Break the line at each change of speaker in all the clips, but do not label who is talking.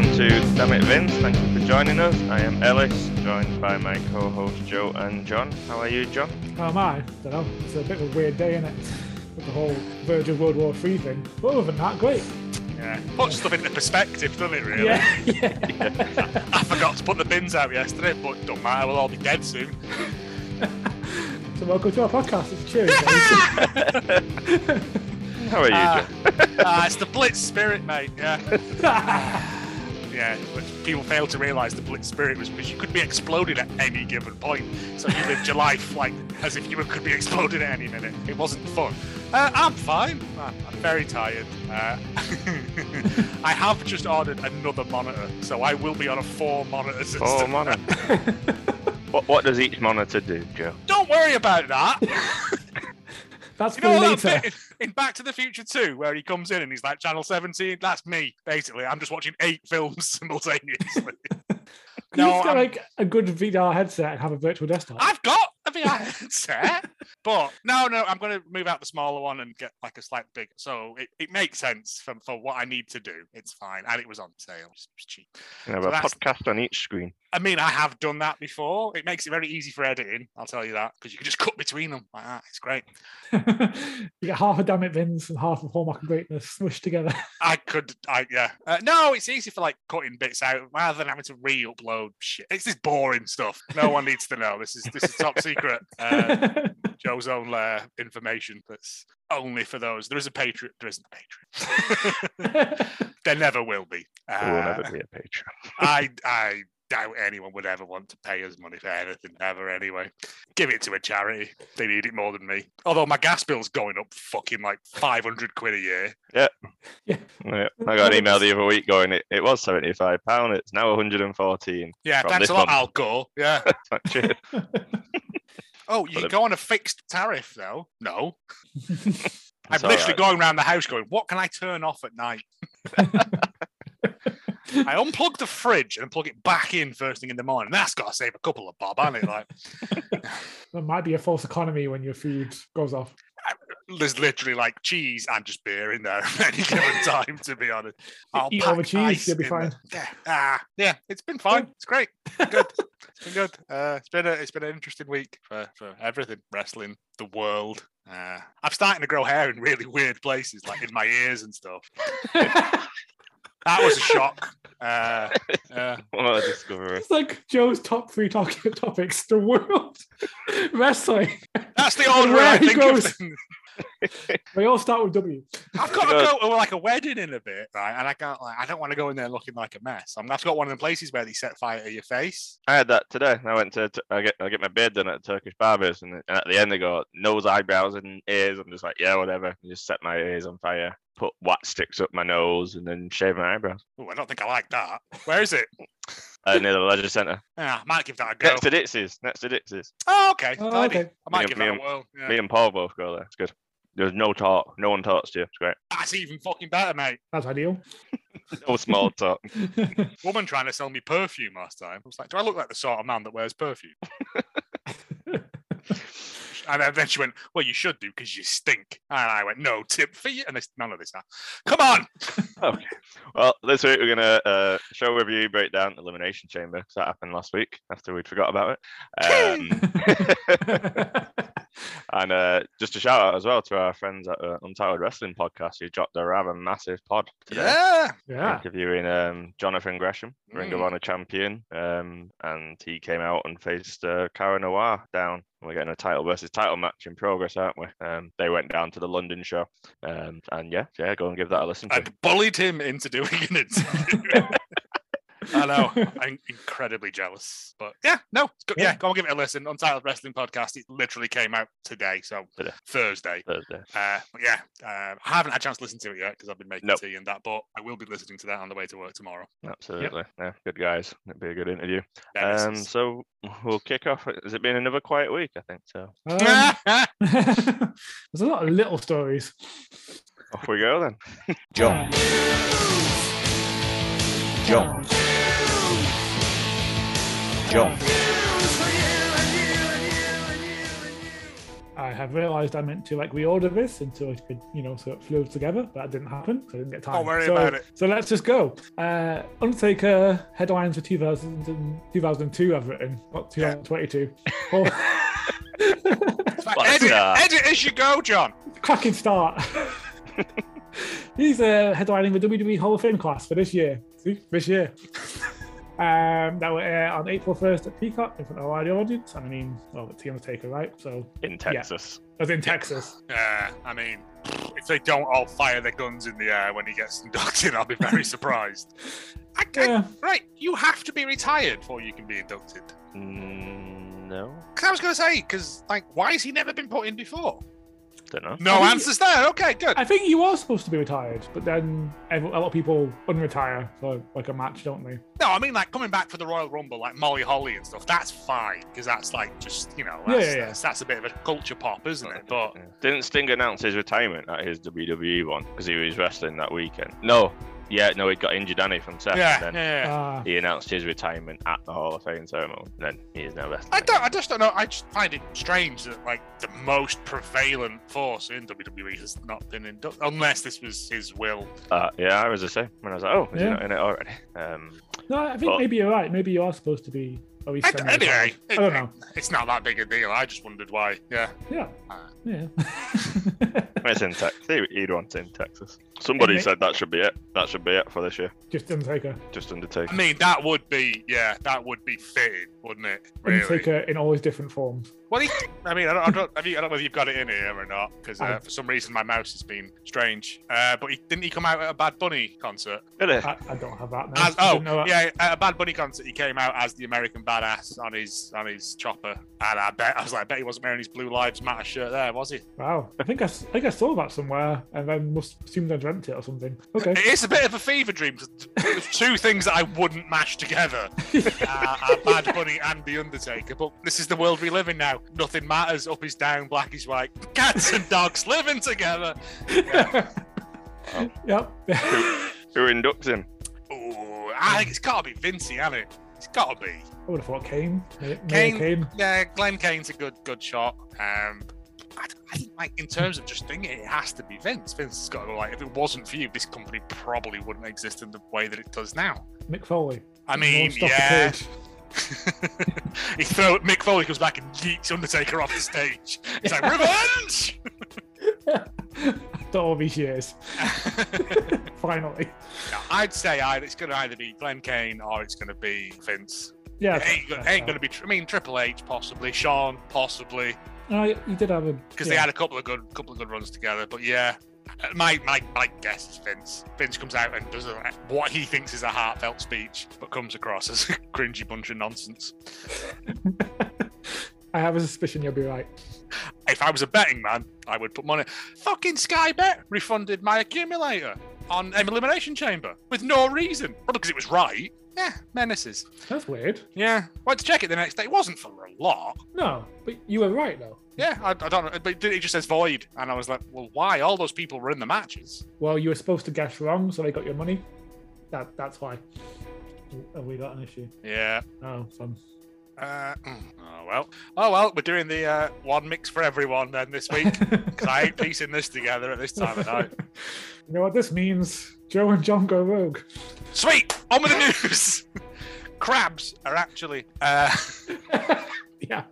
I'm at Vince. Thank you for joining us. I am Ellis, joined by my co-host Joe and John. How are you, John?
How am I? Don't know. It's a bit of a weird day, isn't it? With the whole verge of World War Three thing. But other than that, great.
Yeah, puts stuff into perspective, doesn't it? Really.
Yeah, yeah.
I forgot to put the bins out yesterday, but don't matter. We'll all be dead soon.
So welcome to our podcast. It's cheery. guys.
How are you,
Ah.
John?
Ah, it's the Blitz spirit, mate. Yeah, yeah. But people fail to realise the Blitz spirit was because you could be exploded at any given point. So you lived your life like as if you could be exploded at any minute. It wasn't fun. Uh, I'm fine. I'm, I'm very tired. Uh, I have just ordered another monitor, so I will be on a four monitor system.
Oh, monitor. what, what does each monitor do, Joe?
Don't worry about that.
That's
You
for
know what
later.
that bit in, in Back to the Future 2, where he comes in and he's like, Channel 17, that's me, basically. I'm just watching eight films simultaneously.
Can you
No,
just get
I'm-
like a good VR headset and have a virtual desktop?
I've got a VR headset, but no, no, I'm going to move out the smaller one and get like a slightly bigger. So it, it makes sense for, for what I need to do. It's fine. And it was on sale. It's cheap.
You have
So
a
that's-
podcast on each screen.
I mean, I have done that before. It makes it very easy for editing. I'll tell you that because you can just cut between them like that. It's great.
you get half a damn it Vince and half of Hallmark and Greatness smushed together.
I could, I yeah. Uh, no, it's easy for like cutting bits out rather than having to re-upload shit. It's this boring stuff. No one needs to know. This is this is top secret. Uh, Joe's own uh, information that's only for those. There is a Patreon. There isn't a Patreon. there never will be.
There will never
Uh,
be a Patreon.
I I doubt anyone would ever want to pay us money for anything ever. Anyway, give it to a charity. They need it more than me. Although my gas bill's going up fucking like five hundred quid a year.
Yeah, I got an email the other week going, it, it was £75, it's now 114
Yeah,
From
thanks
this
a lot,
month.
Al Gore. Yeah.
Cheers.
Oh,
But
you can
it-
go on a fixed tariff though. No, I'm
It's all
literally
right.
going around the house going, "What can I turn off at night?" I unplug the fridge and plug it back in first thing in the morning. That's got to save a couple of bob, hasn't it? Like,
there might be a false economy when your food goes off.
there's literally like cheese and just beer in there at any given time. To be honest,
eat all the
pack
cheese,
ice
you'll be
in there. Yeah, ah, yeah, it's been fine. It's great. Good. It's been good. Uh, it's been a, it's been an interesting week for, for everything wrestling, the world. Uh, I'm starting to grow hair in really weird places, like in my ears and stuff.
it's
That was a shock. Uh, uh,
What a discovery.
like Joe's top three talking topics: the world, wrestling.
that's the only way
Where
I
he
think
goes.
of things.
They all start with W.
I've got to go to like a wedding in a bit, right? And I can't like I don't want to go in there looking like a mess. I'm, I've got one of the places where they set fire to your face.
I had that today. I went to, to I get I get my beard done at a Turkish barbers, and, and at the end they go nose, eyebrows, and ears. I'm just like, yeah, whatever. And just set my ears on fire, put wax sticks up my nose, and then shave my eyebrows.
Oh, I don't think I like that. Where is it?
Uh, near the leisure centre,
Yeah, I might give that a go.
next to Dixie's. Next to Dixie's.
Oh, okay.
Oh,
tidy.
okay.
I might
Me
give
and- me
that
and-
a whirl. yeah.
Me and Paul both go there. It's good. There's no talk. No one talks to you. It's great.
That's even fucking better, mate.
That's ideal.
No small talk.
Woman trying to sell me perfume last time. I was like, do I look like the sort of man that wears perfume? and then- then she went, well, you should do because you stink. And I went, no tip for you. And this, none of this. Now. Come on.
Well, this week we're gonna uh, show review breakdown elimination chamber 'cause that happened last week after we'd forgot about it. Um, And uh, just a shout out as well to our friends at uh, Untitled Wrestling Podcast who dropped a rather massive pod today,
Yeah.
yeah.
interviewing um, Jonathan Gresham, Ring of
Mm.
Honor champion, um, and he came out and faced uh, Cara Noir down. We're getting a title versus title match in progress, aren't we? Um, they went down to the London show, um, and yeah, yeah, go and give that a listen. To.
I'd bullied him into doing an interview. I know. I'm incredibly jealous. But yeah, no. it's good.
Yeah.
Yeah, go and give it a listen. Untitled Wrestling Podcast. It literally came out today. So
Today.
Thursday.
Thursday.
Uh, but yeah, uh, I haven't had a chance to listen to it yet because I've been making
Nope.
tea and that, but I will be listening to that on the way to work tomorrow.
Absolutely, yeah, good guys. It'd be a good interview.
Yeah,
um,
this
so we'll kick off. Has it been another quiet week? I think so.
Um,
is-
there's a lot of little stories.
Off we go then.
John. John. John. Aye. have realised I meant to like reorder this until it could, you know, so it flowed together. That didn't happen. So I didn't get time.
Don't worry
so,
about it.
So let's just go. Uh, Undertaker headlines for 2000 and 2002. I've written not
Yeah.
2022. Oh,
It's like,
Well,
edit,
uh,
edit as you go, John.
cracking start. He's uh, headlining the WWE Hall of Fame class for this year. See, this year. Um, that will air on April 1st at Peacock in front of a wider audience. And I mean, well, it's The Undertaker, right? So,
in Texas.
as in Texas.
Yeah, Uh, I mean, if they don't all fire their guns in the air when he gets inducted, I'll be very surprised. I, I,
Yeah.
Right, you have to be retired before you can be inducted.
Mm, no,
Because I was going to say, because like, why has he never been put in before?
don't know.
No
I mean-
answers there. Okay, good.
I think you are supposed to be retired, but then ev- a lot of people unretire for like a match, don't they?
No, I mean like coming back for the Royal Rumble, like Molly Holly and stuff. That's fine because that's like just you know
Yeah,
that's,
yeah, yeah.
That's, that's a bit of a culture pop, isn't it? But
Didn't Sting announce his retirement at his WWE one because he was wrestling that weekend? No, yeah, no, he got injured, Annie from Seth.
yeah,
and
yeah,
then
yeah.
Ah,
he announced his retirement at the Hall of Fame ceremony. And then he is now wrestling.
I don't. I just don't know. I just find it strange that like the most prevalent force in WWE has not been inducted, unless this was his will.
Uh, yeah, I was the same when I was like, oh, is
Yeah.
he not in it already? Um,
no, I think
Well-
maybe you're right. Maybe you are supposed to be. At least
I d- anyway,
semi-retired. I don't know.
It's not that big a deal. I just wondered why. Yeah.
Yeah.
Ah.
Yeah.
it's in Texas. He'd want it in Texas. Somebody
Isn't it-
said that should be it. That should be it for this year.
Just Undertaker.
Just
I
Undertaker.
mean, that would be yeah, that would be fitting, wouldn't it? Really.
Undertaker in all his different forms.
Well, he, I mean, I don't, I don't, I mean, I don't know if you've got it in here or not, because uh,
I-
for some reason my mouse has been strange. Uh, but he, didn't he come out at a Bad Bunny concert?
Really?
I, I don't have that now.
As,
I
oh,
didn't know that.
yeah, at a Bad Bunny concert, he came out as the American Badass on his on his chopper, and I bet I was like, I bet he wasn't wearing his Blue Lives Matter shirt there, was he?
Wow. I think I, s- I think I saw that somewhere and then must assumed I dreamt it or something. Okay.
It's a bit of a fever dream. 'cause There's two things that I wouldn't mash together: uh, are Bad Bunny and the Undertaker. But this is the world we live in now. Nothing matters. Up is down, black is white. Cats and dogs living together.
yep. I
Who inducts him?
Ooh, I think it's got to be Vincey, hasn't it? It's got to be.
would have thought Kane. Mayor
Kane.
Kane. Kane.
Yeah, Glenn Kane's a good good shot. Um, I, d- I think like in terms of just thinking, it has to be Vince. Vince has got to like if it wasn't for you, this company probably wouldn't exist in the way that it does now.
Mick Foley.
I mean,
Lawrence Dr.
yeah.
Page.
he throw Mick Foley comes back and yeets Undertaker off the stage. He's like revenge.
After all these years, finally.
Yeah, I'd say either, it's going to either be Glenn Kane or it's going to be Vince.
Yeah.
It ain't, go- ain't going to be. tr- I mean, Triple H possibly, Sean possibly.
No, you did have a.
because
yeah.
they had a couple of good couple of good runs together. But yeah, uh, my my my guess is Vince. Vince comes out and does a, what he thinks is a heartfelt speech, but comes across as a cringy bunch of nonsense.
I have a suspicion you'll be right.
If I was a betting man, I would put money. Fucking Sky Bet refunded my accumulator on an elimination chamber with no reason, Probably 'cause because it was right. Yeah, menaces.
That's weird.
Yeah, went to check it the next day. It wasn't for a lot.
No, but you were right though.
Yeah, I, I don't know, but it just says void, and I was like, well, why? All those people were in the matches.
Well, you were supposed to guess wrong, so they got your money. That that's why. Have we got an issue?
Yeah,
Oh, some.
Uh, mm, oh well, oh well, we're doing the uh, one mix for everyone then this week because I ain't piecing this together at this time of night.
You know what this means? Joe and John go rogue.
Sweet, on with the news. Crabs are actually uh,
yeah.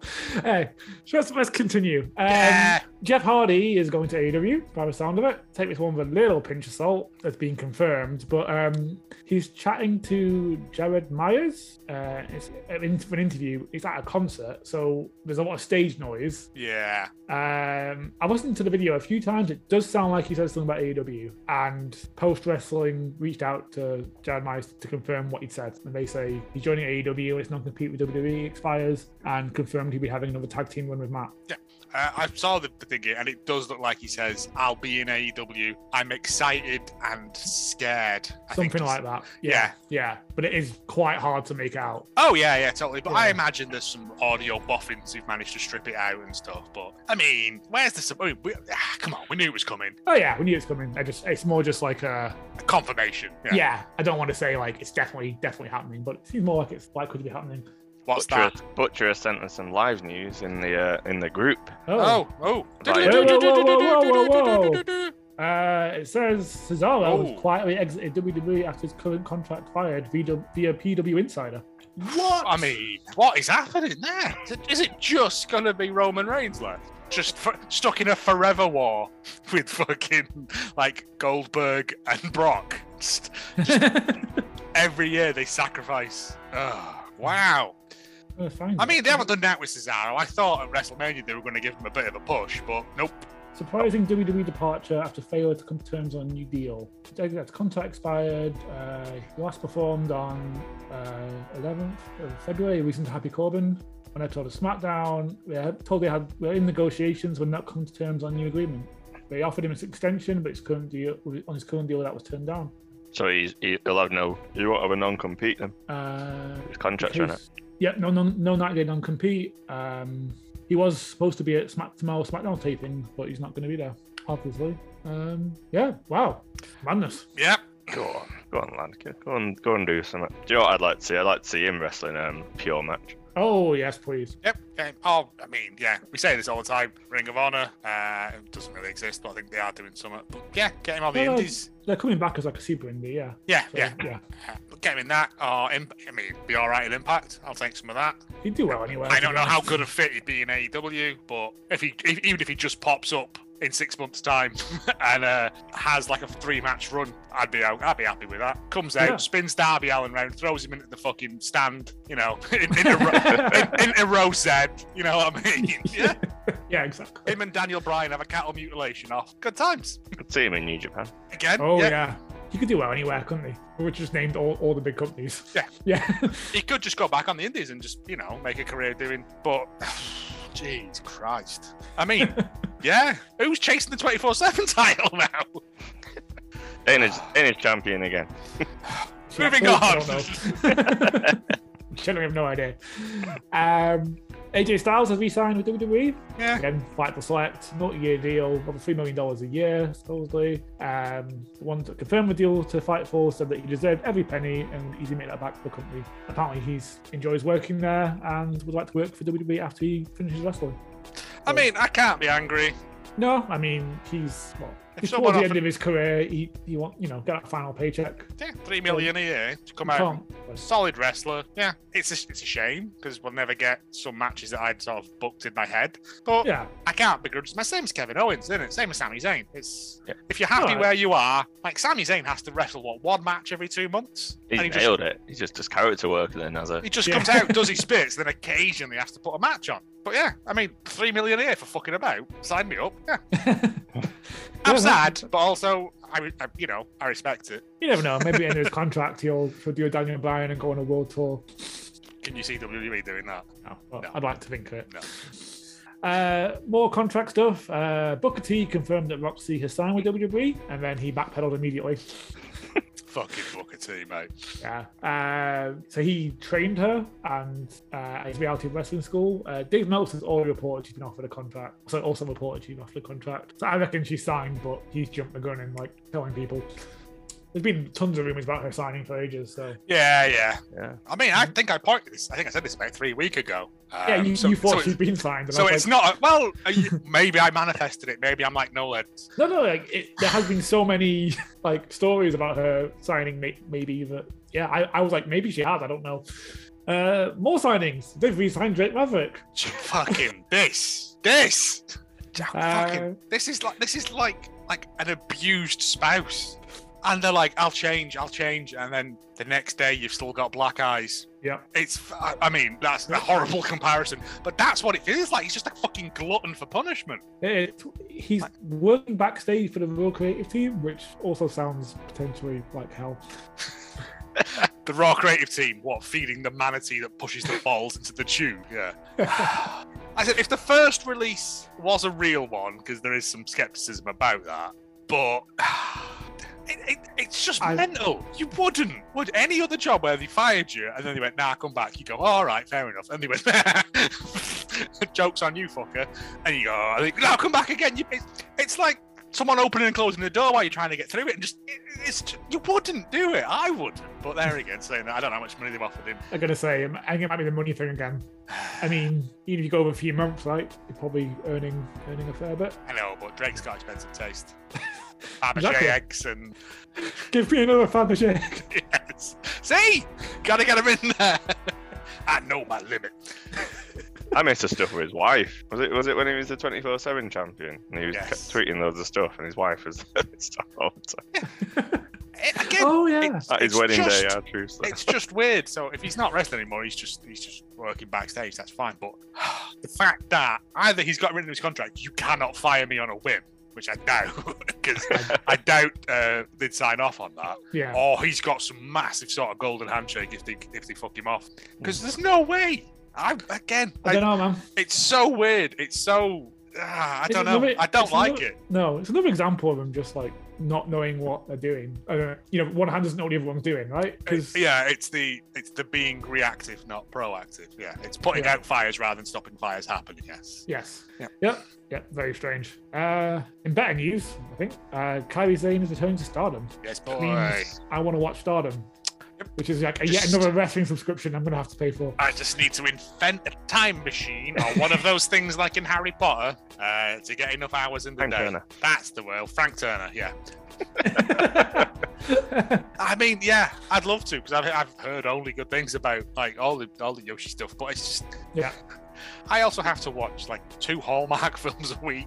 Hey, so let's, let's continue. Um,
Yeah.
Jeff Hardy is going to AEW, by the sound of it. Take this one with a little pinch of salt. That's been confirmed, but um, he's chatting to Jared Myers. Uh, it's an, in- for an interview. It's at a concert, so there's a lot of stage noise.
yeah,
Um, I listened to the video a few times. It does sound like he said something about AEW. And Post Wrestling reached out to Jared Myers to confirm what he'd said. And they say he's joining E AEW, his non compete with WWE expires, and confirmed he'll be having another tag team run with Matt.
uh, I saw the, the thing here, and it does look like he says, "I'll be in AEW. I'm excited and scared." I think
Something
he's-
like that. Yeah. But it is quite hard to make out.
Oh yeah, yeah, totally. But I
Yeah.
imagine there's some audio boffins who've managed to strip it out and stuff. But I mean, where's the? sub- I mean, we, ah, come on, we knew it was coming.
Oh, yeah. We knew it's coming. I just, it's more just like a,
Confirmation.
yeah. I don't want to say like it's definitely, definitely happening, but it seems more like it's likely to be happening.
What's
Butcher,
that?
Butcher sent us some live news in the uh, in the group.
Oh, oh.
Right.
Uh, it says Cesaro
Oh.
was quietly exited WWE E after his current contract fired via, via PW Insider.
What? I mean, what is happening there? Is it- Is it just going to be Roman Reigns left? Just f stuck in a forever war with fucking like Goldberg and Brock. Just every year they sacrifice. Oh, wow.
Uh, fine.
I mean, they haven't done that with Cesaro. I thought at WrestleMania they were going to give him a bit of a push, but nope.
Surprising WWE departure after failure to come to terms on new deal. Today that contract expired. Uh, he last performed on uh, 11th of February, recent Happy Corbin. On episode of SmackDown, we are told they had we're in negotiations, we're not coming to terms on new agreement. They offered him an extension, but his current deal on his current deal that was turned down.
So he's, he- he'll have no. You won't have a non-compete then.
Uh,
His contract's run out.
because- Yep, no, no, no, not non compete. Um, he was supposed to be at Smack tomorrow SmackDown taping, but he's not going to be there, obviously. Um, yeah, wow, madness.
Yep. Go on.
Go on, lad. Go- Go on, go and do something. Do you know what I'd like to see? I'd like to see him wrestling um pure match.
Oh yes, please.
Yep. Game. Oh, I mean, yeah, we say this all the time. Ring of Honor uh, it doesn't really exist, but I think they are doing something. But yeah, get him on the
No, no.
Indies.
They're coming back as like a super indie, yeah.
Yeah,
So,
yeah.
yeah.
Uh, Get him in that. Or imp- I mean, be all right in Impact. I'll take some of that.
He'd do well anyway.
I don't know how
to be
good a fit he'd be in AEW, but if he, if, even if he just pops up in six months' time and uh, has like a three-match run, I'd be out- I'd be happy with that. Comes out,
Yeah.
spins Darby Allen round, throws him into the fucking stand, you know, in, in, a, ro-
honest.
in, in a row said, you know what I mean? Yeah.
yeah, exactly.
Him and Daniel Bryan have a cattle mutilation off. Good times.
Could see him in New Japan.
Again.
Oh
yeah.
yeah. he could do well anywhere, couldn't he? We were just named all, all the big companies.
Yeah.
yeah.
He could just go back on the Indies and just, you know, make a career doing. But, jeez Christ. I mean, yeah. Who's chasing the 24 7 title now?
Ain't his, ain't his champion again.
Moving
I
on.
don't know. Generally, have no idea. Um, AJ Styles has re-signed with E? WWE.
Yeah.
Again, flight to select, multi-year deal, over three million dollars a year, supposedly. Um, the one that confirmed the deal to fight for said that he deserved every penny and he's gonna make that back to the company. Apparently, he's enjoys working there and would like to work for WWE after he finishes wrestling.
I mean, I can't be angry.
No, I mean he's well,
If
he's
someone
towards the end
offered-
of his career. He he want you know get that final paycheck.
Yeah, three million a year to come
You
out.
can't-
Solid wrestler. Yeah, it's a, it's a shame because we'll never get some matches that I'd sort of booked in my head. But
Yeah,
I can't begrudge. My same as Kevin Owens, isn't it? Same as Sami Zayn. It's
Yeah.
if you're happy
Alright.
where you are, like Sami Zayn has to wrestle what one match every two months,
He's
and he just
nailed it. He's just his character work then as a
he just
Yeah.
comes out, does his bits, then occasionally has to put a match on. But yeah, I mean, three million a year for fucking about. Sign me up. Yeah, I'm
Yeah,
sad, but also I, re- I you know, I respect it.
You never know. Maybe in his contract, he'll, he'll do a Daniel Bryan and go on a world tour.
Can you see WWE doing that?
No, well,
No.
I'd like to think of it.
No.
Uh, more contract stuff. Uh, Booker T confirmed that Roxy has signed with WWE, and then he backpedaled immediately.
Fucking Booker T, mate.
Yeah. Uh, so he trained her and uh, at his reality wrestling school. Uh, Dave Meltzer's already reported she's been offered a contract. So also reported she's been offered a contract. So I reckon she signed, but he's jumped the gun and like telling people. There's been tons of rumors about her signing for ages. So
Yeah, yeah.
yeah.
I mean, I think I pointed this. I think I said this about three weeks ago. Um,
Mm. yeah, you,
so-
you
so
thought
it-
she'd been signed. and I
So
was like,
it's not. Well, uh, you- maybe I manifested it. Maybe I'm like no Nolens.
No, no, like it, there has been so many like stories about her signing, may- maybe that. Yeah, I, I was like, maybe she has. I don't know. Uh, more signings. They've re-signed Drake Maverick.
fucking this, this,
Uh,
fucking. This is like this is like like an abused spouse, and they're like, I'll change, I'll change, and then the next day you've still got black eyes.
Yeah.
It's. f- I I mean, that's a horrible comparison, but that's what it feels like. He's just a fucking glutton for punishment.
It- he's working backstage for the Real Creative Team, which also sounds potentially like hell.
The Raw creative team, what, feeding the manatee that pushes the balls into the tube? Yeah. I said, if the first release was a real one, because there is some skepticism about that, but it, it, it's just
I-
mental. You wouldn't. Would any other job where they fired you and then they went, nah, come back? You go, all right, fair enough. And they went, joke's on you, fucker. And you go, oh, I think, no, come back again. You, it's, it's like someone opening and closing the door while you're trying to get through it, and just it, it's ju- you wouldn't do it. I would, but there again, saying that I don't know how much money they've offered him.
I'm gonna say, I think it might be the money thing again. I mean, even if you go over a few months, right, you're probably earning earning a fair bit.
I know, but Drake's got expensive taste. Fabergé
Exactly.
eggs and
Give me another Fabergé.
yes. See, gotta get him in there. I know my limit.
I miss the stuff with his wife. Was it was it when he was the twenty four seven champion and he was kept
Yes.
tweeting loads of stuff and his wife was stuff all the time.
It- Eh, again,
oh yeah.
it's-
At his
it's
wedding
just,
day, our true son.
It's just weird. So if he's not wrestling anymore, he's just he's just working backstage. That's fine. But the fact that either he's got rid of his contract, you cannot fire me on a whim, which I doubt because I doubt uh, they'd sign off on that.
Yeah.
Or he's got some massive sort of golden handshake if they if they fuck him off. Because there's no way. I again,
Hmm. I
I-
don't know, man.
it's so weird. It's so. ah, I
It's
don't know.
another-
I don't
it's
like
another-
it.
No, it's another example of them just like not knowing what they're doing. Uh, you know, one hand doesn't know what the other one's doing, right? Because
Uh, yeah, it's the it's the being reactive, not proactive. Yeah, it's putting
Yeah.
out fires rather than stopping fires happening. Yes.
yes,
Yeah.
yep, yep, very strange. Uh, in better news, I think uh, Kylie Zane is returning to Stardom.
Yes,
Which
boy.
means I want to watch Stardom,
Yep.
which is like a, yet
Just-
another wrestling subscription I'm gonna have to pay for.
I just need to invent a time machine or one of those things like in Harry Potter uh, to get enough hours in the
Frank
day.
Turner.
That's the world. Frank Turner. Yeah. I mean, yeah, I'd love to because I've, I've heard only good things about like all the all the Yoshi stuff, but it's just
Yeah.
I also have to watch like two Hallmark films a week,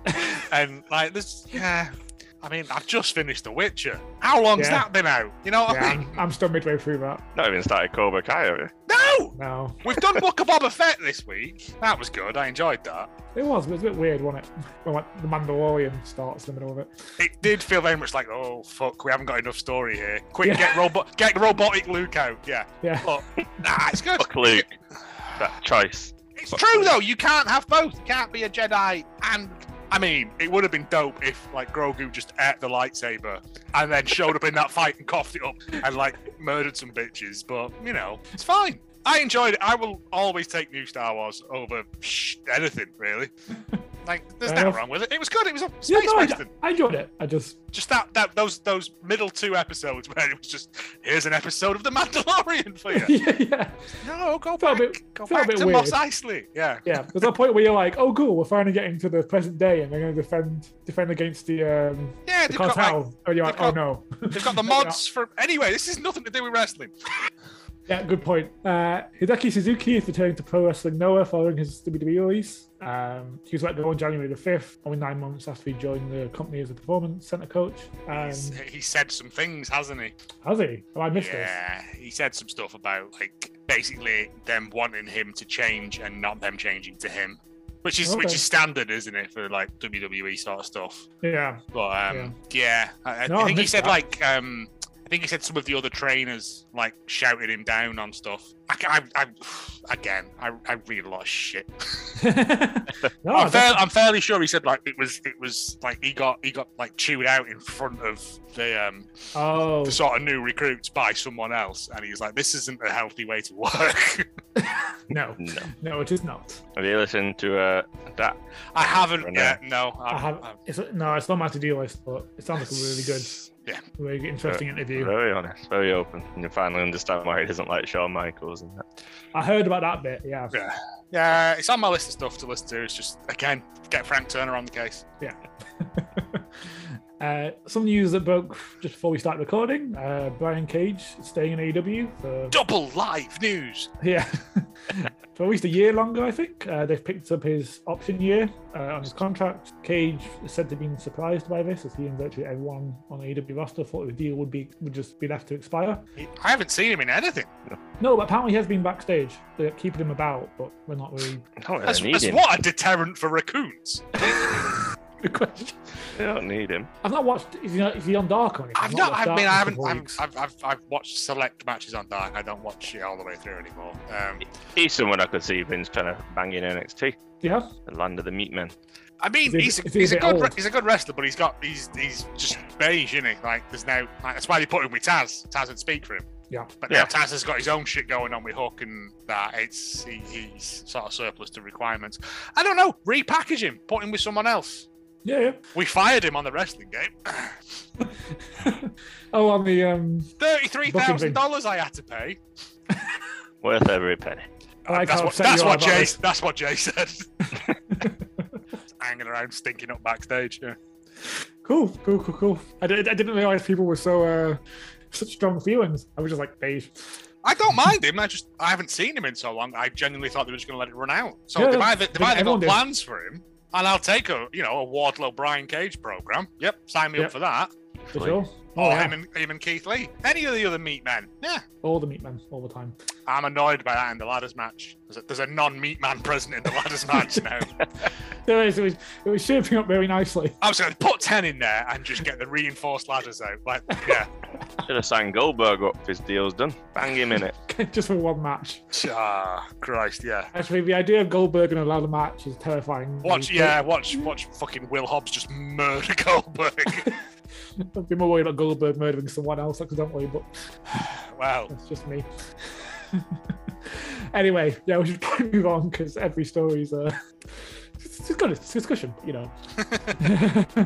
and like this, yeah. I mean, I've just finished The Witcher. How long's
Yeah.
that been out? You know what
yeah,
I mean?
I'm, I'm still midway through that.
Not even started Cobra Kai, have you?
No,
No,
we've done Book of Boba Fett this week. That was good. I enjoyed that.
it was, but it's a bit weird, wasn't it? When like, the Mandalorian starts in the middle of it.
It did feel very much like, oh fuck, we haven't got enough story here. Quick,
Yeah.
get robot, get robotic Luke out. Yeah,
Yeah,
but nah, it's good.
Fuck Luke. That choice.
It's true though. You can't have both. You can't be a Jedi and. I mean, it would have been dope if like Grogu just ate the lightsaber and then showed up in that fight and coughed it up and like murdered some bitches. But you know, it's fine. I enjoyed it. I will always take new Star Wars over psh, anything really. Like, there's
Fair
nothing
enough.
wrong with it. It was good. It was a
yeah
space
no, I,
western.
I enjoyed it. I just
Just that, that those those middle two episodes where it was just here's an episode of The Mandalorian for you.
yeah, yeah.
no, go
Felt
back.
a bit-
go
felt a
back
bit
to Mos
weird.
Eisley. Yeah.
Yeah, there's a point where you're like, "Oh, cool, we're finally getting to the present day, and they're going to defend defend against the um,
Yeah,
the
they've got, like,
cartel." and you're like,
they've
"Oh no."
They've got the mods for anyway. This is nothing to do with wrestling.
yeah, good point. Uh, Hideki Suzuki is returning to Pro Wrestling Noah following his WWE release. Um, he was let go on January the fifth, only nine months after he joined the company as a performance center coach. Um,
He's- he said some things, hasn't he?
has he? Oh, I missed this.
Yeah, he said some stuff about like basically them wanting him to change and not them changing to him, which is which
Okay.
is standard, isn't it, for like WWE sort of stuff.
Yeah,
But um, yeah, I, I-
No,
I
I
think he
missed
said
that.
like um, I think he said some of the other trainers like shouted him down on stuff. I, ca- I, I again, I, I read a lot of shit.
no,
I'm,
I
fair, I'm fairly sure he said like it was it was like he got he got like chewed out in front of the um
don't- oh,
the sort of new recruits by someone else, and he's like, this isn't a healthy way to work.
no,
No.
no, it is not.
Have you listened to uh, that?
I haven't
Right
yet. No, I'm,
I have.
I'm-
It's, no, it's not my to-do list, but it sounds like a really good,
Yeah.
really interesting interview.
Very honest, very open. And you finally understand why he doesn't like Shawn Michaels and that.
I heard about that bit. Yeah,
Yeah, it's on my list of stuff to listen to. It's just again, get Frank Turner on the case.
uh, some news that broke just before we start recording. Uh, Brian Cage is staying in AEW for
Double live news.
yeah for at least a year longer, I think. Uh, they've picked up his option year uh, on his contract. Cage is said to have been surprised by this, as he and virtually everyone on AEW roster thought the deal would be would just be left to expire.
I haven't seen him in anything.
No, but apparently he has been backstage. They're keeping him about, but we're not really.
Don't
That's,
need
that's
him.
what a deterrent for raccoons.
Good question.
They don't need him.
I've not watched. Is he, is he on Dark or anything?
I've not.
watched
I
Dark
mean,
in
I
a
haven't.
couple of
I've,
weeks.
I've, I've, I've watched select matches on Dark. I don't watch it all the way through anymore. Um,
He's someone I could see Vince trying to bang in NXT,
Yeah.
the land of the meat men.
I
Is
mean,
he-
he's a,
is he a
he's a
bit
good
old?
re- he's a good wrestler, but he's got he's he's just beige, isn't he? Like there's no like, that's why they put him with Taz. Taz would speak for him.
Yeah.
But
Yeah.
now Taz has got his own shit going on with Hook and that. It's he, he's sort of surplus to requirements. I don't know. Repackage him. Put him with someone else.
Yeah,
We fired him on the wrestling game.
yeah. oh, on the um,
Thirty-three thousand dollars I had to pay.
Worth every penny.
I like how
Oh, that's what,
upset
that's
you are
what
about
Jay.
this.
That's what Jay said. Hanging around, stinking up backstage. Yeah.
Cool, cool, cool, cool. I, did, I didn't realize people were so uh, such strong feelings. I was just like beige.
I don't mind him. I just I haven't seen him in so long. I genuinely thought they were just going to let it run out. So
Yeah,
they've either,
I
they've
think
either
everyone
got
did.
plans for him, and I'll take a you know a Wardlow Brian Cage program. Yep, sign me
Yep.
up for that.
For
Please.
sure. Oh,
or
yeah.
him, and, him and Keith Lee. Any of the other meat men. Yeah.
all the meat men all the time.
I'm annoyed by that in the ladders match. There's a, there's a non-meat man present in the ladders match now.
There is. It was it was shaping up very nicely.
I was going to put ten in there and just get the reinforced ladders out. Like, yeah,
Should have signed Goldberg up if his deal's done. Bang him in it.
just for one match.
ah, Christ, yeah.
Actually, the idea of Goldberg in a ladder match is terrifying.
Watch, yeah, watch, watch. Fucking Will Hobbs just murder Goldberg.
I'd be more worried about Goldberg murdering someone else accidentally, but
well,
that's just me. anyway, yeah, we should probably move on because every story's uh, it's, it's got its discussion, you know. uh,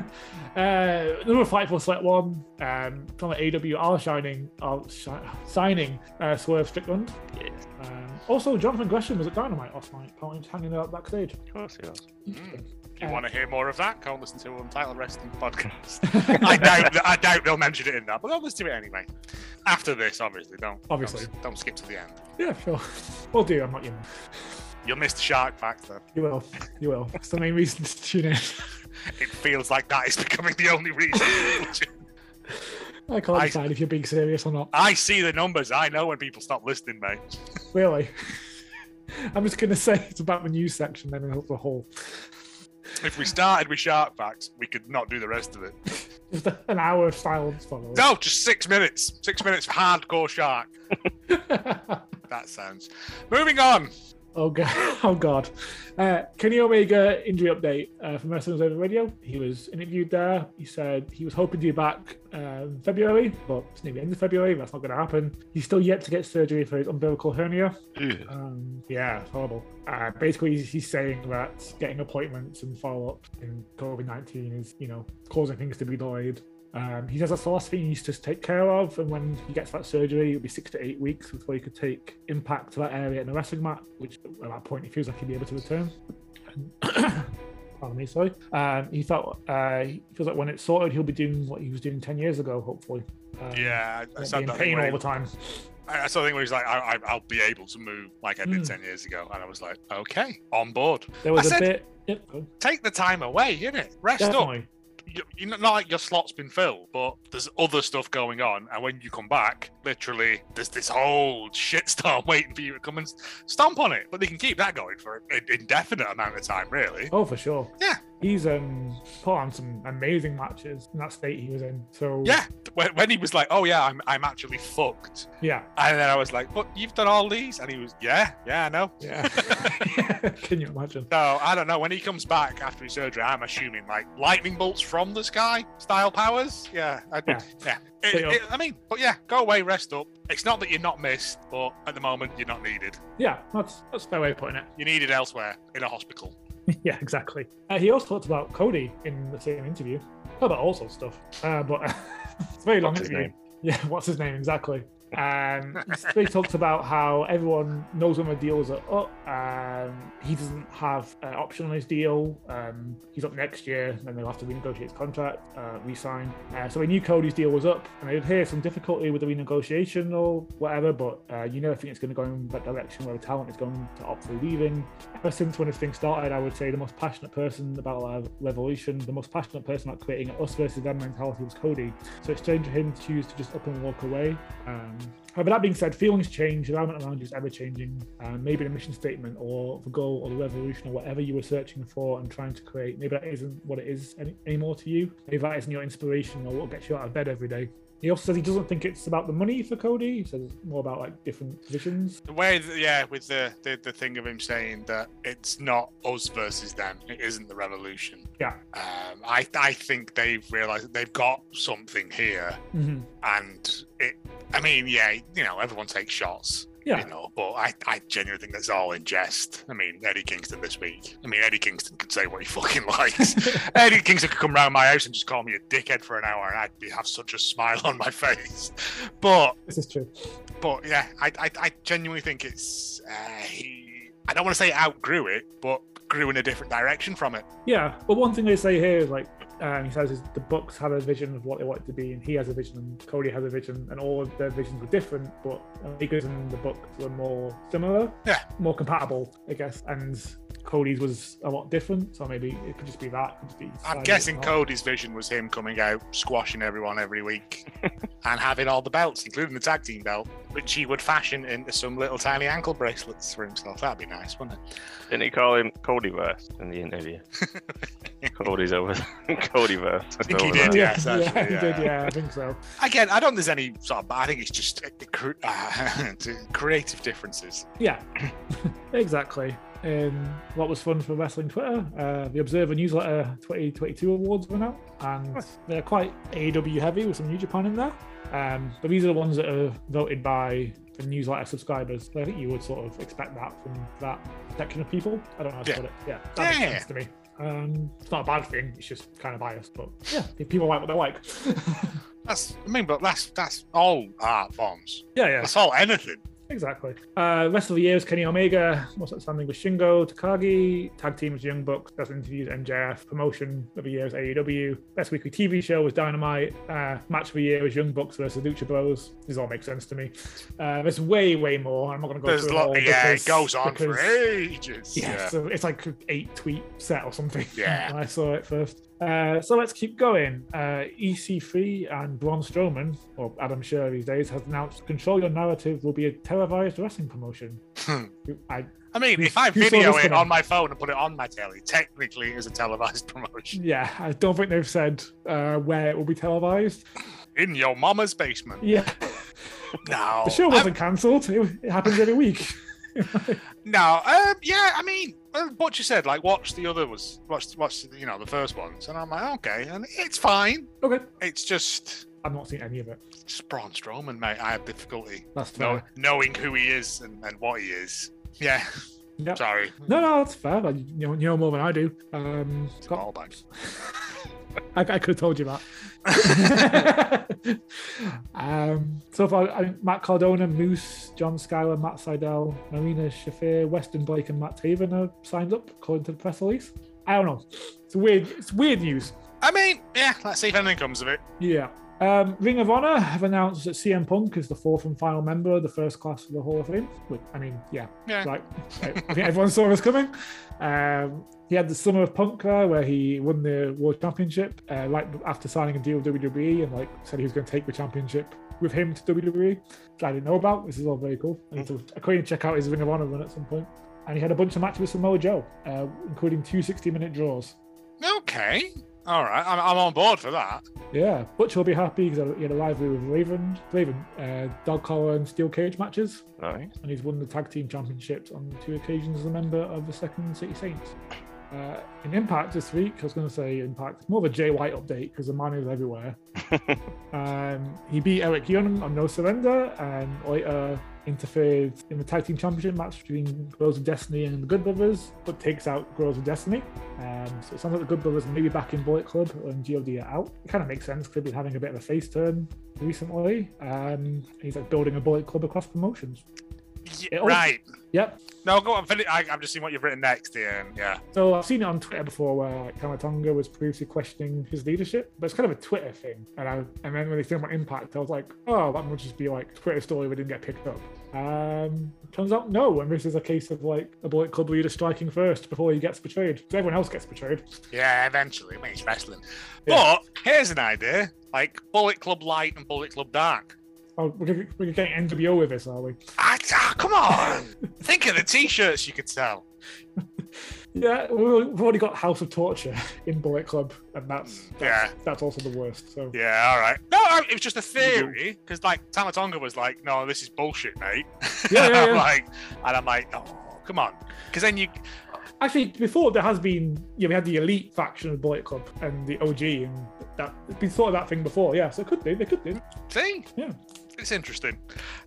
another fightful select one um, from the AWR shining, uh, shi- signing uh, Swerve Strickland.
Yes,
Um, also, Jonathan Gresham was at Dynamite last night, apparently just hanging out backstage.
of course he was.
Mm. If you
Uh,
want to hear more of that, go and listen to Untitled Wrestling Podcast. I doubt I doubt they'll mention it in that, but they'll listen to it anyway. After this, obviously, don't
Obviously.
don't, don't skip to the end.
Yeah, sure. We'll do. I'm not you.
You'll miss the shark factor.
You will. You will. It's the main reason to tune in.
It feels like that is becoming the only reason.
I can't
I-
decide if you're being serious or not.
I see the numbers. I know when people stop listening, mate.
Really. I'm just gonna say it's about the news section then as a whole.
If we started with shark facts, we could not do the rest of it.
Just an hour of silence follows.
No, just six minutes. Six minutes for hardcore shark. That sounds. Moving on.
oh god. Oh god. Uh, Kenny Omega injury update uh, from Wrestling Over Radio. He was interviewed there. He said he was hoping to be back um, February, but it's near the end of February. That's not going to happen. He's still yet to get surgery for his umbilical hernia. Um, yeah, it's horrible. Uh, basically, he's, he's saying that getting appointments and follow up in COVID 19 is, you know, causing things to be delayed. Um, he says that's the last thing he needs to take care of. And when he gets that surgery, it'll be six to eight weeks before he could take impact to that area in a wrestling match, which at that point he feels like he'd be able to return. Pardon me, sorry. Um, he felt uh, he feels like when it's sorted, he'll be doing what he was doing 10 years ago, hopefully. Um,
Yeah, I, I
won't
saw
be in
that thing
pain
where
all
he-
the time.
I I saw the thing where he's like, I, I, I'll be able to move like I did
Mm.
10 years ago. And I was like, okay, on board.
There was
I
a
said-
bit. Yep, go on.
Take the time away, innit? Rest up.
definitely.
You, you're not not like your slot's been filled, but there's other stuff going on. And when you come back, literally, there's this whole shitstorm waiting for you to come and stomp on it. But they can keep that going for an indefinite amount of time, really.
Oh, for sure.
Yeah.
He's um put on some amazing matches in that state he was in. So
Yeah. When, when he was like, oh, yeah, I'm, I'm actually fucked.
yeah,
And then I was like, but you've done all these? And he was, yeah, yeah, I know.
yeah. Can you imagine?
So I don't know. When he comes back after his surgery, I'm assuming like lightning bolts from the sky style powers. Yeah, I,
Yeah.
yeah. It-
They are.
it- I mean, but yeah, go away, rest up. It's not that you're not missed, but at the moment you're not needed.
Yeah, that's that's a fair way of putting it.
You're needed elsewhere in a hospital.
yeah, exactly. Uh, he also talked about Cody in the same interview. Talked about all sorts of stuff, uh, but it's a very long
What's his
interview.
name?
Yeah, what's his name exactly? Um, they talked about how everyone knows when the deals are up. Um, he doesn't have an option on his deal. Um, he's up next year, and they'll have to renegotiate his contract, uh, re-sign. Uh, so we knew Cody's deal was up, and I did hear some difficulty with the renegotiation or whatever. But uh, you never think it's going to go in that direction where the talent is going to opt for leaving. Ever since when this thing started, I would say the most passionate person about our revolution, the most passionate person about creating an us versus them mentality was Cody. So it's strange for him to choose to just up and walk away. Um, however, that being said, feelings change, the environment around you is ever changing. Um, maybe the mission statement or the goal or the revolution or whatever you were searching for and trying to create, maybe that isn't what it is any- anymore to you. Maybe that isn't your inspiration or what gets you out of bed every day. He also says he doesn't think it's about the money for Cody. He says it's more about like different visions.
The way, that, yeah, with the, the the thing of him saying that it's not us versus them. It isn't the revolution.
Yeah.
Um, I I think they've realised that they've got something here
Mhm.
and it i mean yeah you know everyone takes shots
Yeah.
You know, but I, I genuinely think that's all in jest. I mean, Eddie Kingston this week. I mean, Eddie Kingston could say what he fucking likes. Eddie Kingston could come round my house and just call me a dickhead for an hour, and I'd be, have such a smile on my face. But
This is true.
but yeah, I I, I genuinely think it's uh, he. I don't want to say outgrew it, but grew in a different direction from it.
Yeah, but one thing they say here is like um, he says is the books had a vision of what they wanted to be, and he has a vision, and Cody has a vision, and all of their visions were different, but Lakers and the books were more similar,
Yeah.
more compatible, I guess, and Cody's was a lot different, so maybe it could just be that. it could just be
I'm
slightly
guessing
different.
Cody's vision was him coming out, squashing everyone every week, and having all the belts, including the tag team belt, which he would fashion into some little tiny ankle bracelets for himself. That'd be nice, wouldn't it?
Didn't he call him Codyverse in the interview? Cody's over. Codyverse.
I think he
Over
did,
that.
Oh, yeah,
Yes,
yeah,
actually,
he did,
yeah.
yeah, I think so.
Again, I don't think there's any sort of, but I think it's just uh, the cr- uh, the creative differences.
Yeah, exactly. Um, what was fun for wrestling Twitter? Uh, the Observer Newsletter 2022 awards went out, and they're quite AEW heavy with some New Japan in there. Um, but these are the ones that are voted by the newsletter subscribers. So I think you would sort of expect that from that section of people. I don't know how to
Yeah.
put it. Yeah, that makes
Yeah.
sense to me. Um, it's not a bad thing. It's just kind of biased, but yeah, if people like what they like.
That's, I mean, but that's that's all art forms.
yeah, yeah.
That's all anything.
Exactly. Uh, rest of the year was Kenny Omega, most outstanding was Shingo Takagi, tag team was Young Bucks, best interviews MJF, promotion of the year was AEW, best weekly TV show was Dynamite, uh, match of the year was Young Bucks versus Lucha Bros. This all makes sense to me. Uh, there's way, way more. I'm not going to go
There's
through
a
it all
lot. Yeah,
because-
it goes on for
because-
ages.
yeah, so it's like an eight tweet set or something.
Yeah.
when I saw it first. Uh, so let's keep going. Uh, EC3 and Braun Strowman, or Adam Scher these days, has announced Control Your Narrative will be a televised wrestling promotion.
Yeah.
I,
I mean, if I
You saw
video
this
it
coming.
on my phone and put it on my telly, technically it is a televised promotion.
yeah, I don't think they've said uh, where it will be televised.
In your mama's basement.
Yeah,
No.
the show
Um,
wasn't cancelled. It, it happens every week.
no. Um, yeah, I mean, uh, what you said, like, watch the other was, watch, watch, you know, the first ones. And I'm like, okay. And it's fine.
okay,
It's just,
I've not seen any of it.
it's Braun Strowman, mate. I have difficulty
That's
know,
fair.
knowing who he is and, and what he is. Yeah.
Yep.
Sorry.
No, no, that's fair. You know, you know more than I do. Um,
It's
got-
all bags.
I, I could have told you that. um, so far, I think Matt Cardona, Moose, John Schuyler, Matt Seidel, Marina Shafir, Weston Blake, and Matt Taven are signed up, according to the press release. I don't know. It's weird. It's weird news.
I mean, yeah, let's see if anything comes of it.
Yeah. Um, Ring of Honor have announced that CM Punk is the fourth and final member of the first class of the Hall of Fame. Which, I mean, yeah,
Yeah.
like I I think everyone saw this coming. Um, he had the summer of punk there where he won the world championship, uh, like after signing a deal with WWE and like said he was going to take the championship with him to WWE, which I didn't know about. This is all very cool. I need to I could check out his Ring of Honor run at some point. And he had a bunch of matches with Samoa Joe, uh, including two 60 minute draws.
Okay. All right. I'm, I'm on board for that.
Yeah, Butch will be happy because he had a rivalry with Raven, Raven, uh, dog collar and steel cage matches,
Nice.
and he's won the tag team championships on two occasions as a member of the Second City Saints. Uh, in Impact this week, I was going to say Impact, more of a Jay White update because the man is everywhere. um, he beat Eric Young on No Surrender and later interfered in the tag team championship match between Girls of Destiny and the Good Brothers, but takes out Girls of Destiny. Um, so it sounds like the Good Brothers may be back in Bullet Club and GOD are out. It kind of makes sense because they've been having a bit of a face turn recently. Um, he's like building a Bullet Club across promotions.
Y-
It all-
right.
Yep.
No, go on. Finish. I, I'm just seeing what you've written next, Ian. Yeah.
So I've seen it on Twitter before where like, Kamatonga was previously questioning his leadership, but it's kind of a Twitter thing. And I, and then when they said about Impact, I was like, oh, that must just be like Twitter story we didn't get picked up. Um, turns out no, and this is a case of like a Bullet Club leader striking first before he gets betrayed. So everyone else gets betrayed.
Yeah, eventually. I mean, it's wrestling.
Yeah.
But here's an idea like Bullet Club Light and Bullet Club Dark.
Oh, we're, we're getting NWO with this, are we?
Ah, t- ah, come on. Think of the t shirts you could sell.
Yeah, we- we've already got House of Torture in Bullet Club, and that's,
Mm,
that's that's also the worst. So
Yeah, all right. No, I- it was just a theory because, like, Tamatonga was like, no, this is bullshit, mate.
Yeah,
and
yeah,
I'm
yeah.
like, and I'm like, oh, come on. Because then you,
Actually, before there has been yeah, we had the elite faction of Bullet Club and the OG, and that it's been sort of that thing before. Yeah, so it could do, they could do.
see?
Yeah.
It's interesting.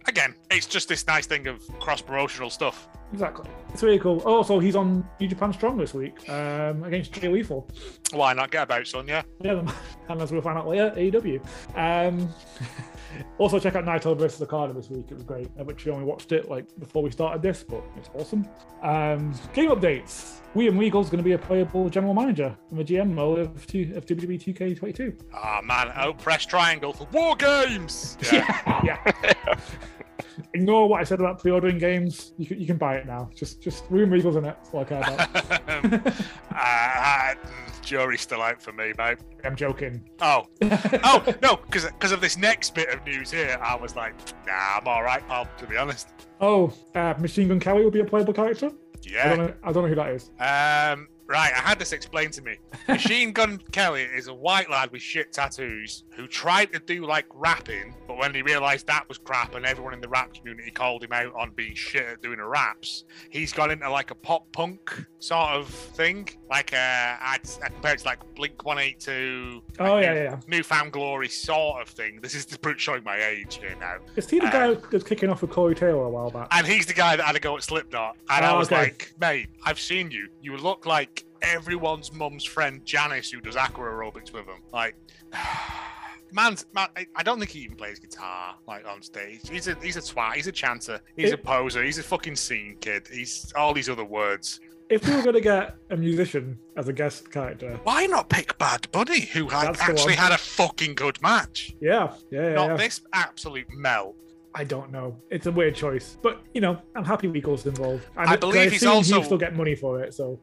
Again, it's just this nice thing of cross promotional stuff.
Exactly. It's really cool. Also, he's on New Japan Strong this week um, against Jay Lethal.
Why not get about son? Yeah,
Yeah, the- and as we'll find out later, AEW. Um, also, check out Naito versus Okada this week. It was great. I literally only watched it like before we started this, but it's awesome. Um, game updates. William Regal's going to be a playable general manager in the GM mode of, two, of WWE 2K22.
Ah man, oh press triangle for war games.
Yeah. Ignore what I said about pre-ordering games. You can, you can buy it now. Just just William Regal's in it. That's all I care about.
um, uh, jury's still out for me, mate.
I'm joking.
Oh, oh no, because of this next bit of news here, I was like, nah, I'm all right, pal. To be honest,
Oh, uh, Machine Gun Kelly will be a playable character. I,
yeah.
don't know, I don't know who that is.
Um, right, I had this explained to me. Machine Gun Kelly is a white lad with shit tattoos who tried to do like rapping, but when he realised that was crap and everyone in the rap community called him out on being shit at doing raps, he's gone into like a pop punk sort of thing. Like uh, I'd, I compare it to like Blink 182. like,
Oh
New-
yeah, yeah. yeah.
Newfound glory sort of thing. This is the brute showing my age here now.
Is he the guy that's kicking off with Corey Taylor a while back?
And he's the guy that had a go at Slipknot. And I
Oh,
was
okay.
like, mate, I've seen you. You look like everyone's mum's friend Janice who does aqua aerobics with him. Like, man's man, I- I don't think he even plays guitar like on stage. He's a he's a twat. He's a chanter. He's a
It-
poser. He's a fucking scene kid. He's all these other words.
If we were going to get a musician as a guest character,
Why not pick Bad Bunny, who had
That's the
actually
one.
had a fucking good match?
yeah, yeah, yeah.
Not
yeah.
this absolute melt.
I don't know. It's a weird choice, but you know, I'm happy Regal's involved. And
I
it- 'cause
believe he's
assume
also-
he'll still get money for it. So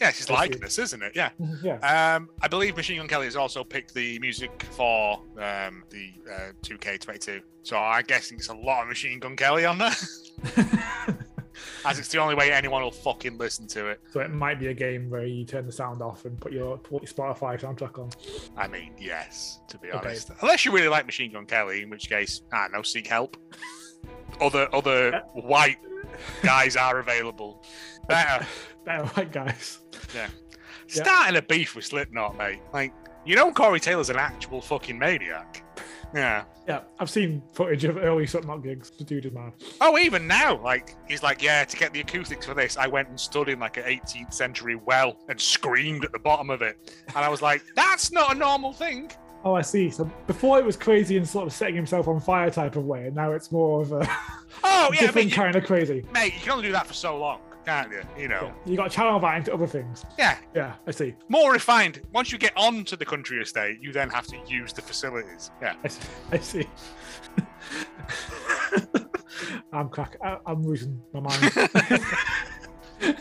Yeah, it's his
I see.
likeness, isn't it? Yeah.
yeah,
Um, I believe Machine Gun Kelly has also picked the music for um, the uh, 2K22. So I'm guessing it's a lot of Machine Gun Kelly on there, as it's the only way anyone will fucking listen to it.
so it might be a game where you turn the sound off and put your put your Spotify soundtrack on.
I mean, yes, to be
Okay.
honest. Unless you really like Machine Gun Kelly, in which case, I don't know, seek help. Other other white guys are available. Better.
Better right, guys. Yeah.
Starting a beef with Slipknot, mate. Like, you know, Corey Taylor's an actual fucking maniac. Yeah.
Yeah, I've seen footage of early Slipknot gigs. The dude is mad.
Oh, even now, like he's like, yeah, to get the acoustics for this, I went and stood in like an 18th century well and screamed at the bottom of it, and I was like, that's not a normal thing.
Oh, I see. So before it was crazy and sort of setting himself on fire type of way, and now it's more of a
Oh yeah, but
different
you,
kind of crazy.
mate, you can only do that for so long, can't you? You know,
Yeah. You got to channel that into other things.
Oh. yeah.
Yeah, I see.
More refined. Once you get onto the country estate, you then have to use the facilities. Yeah.
I see. I see. I'm crack. I, I'm losing my mind. uh,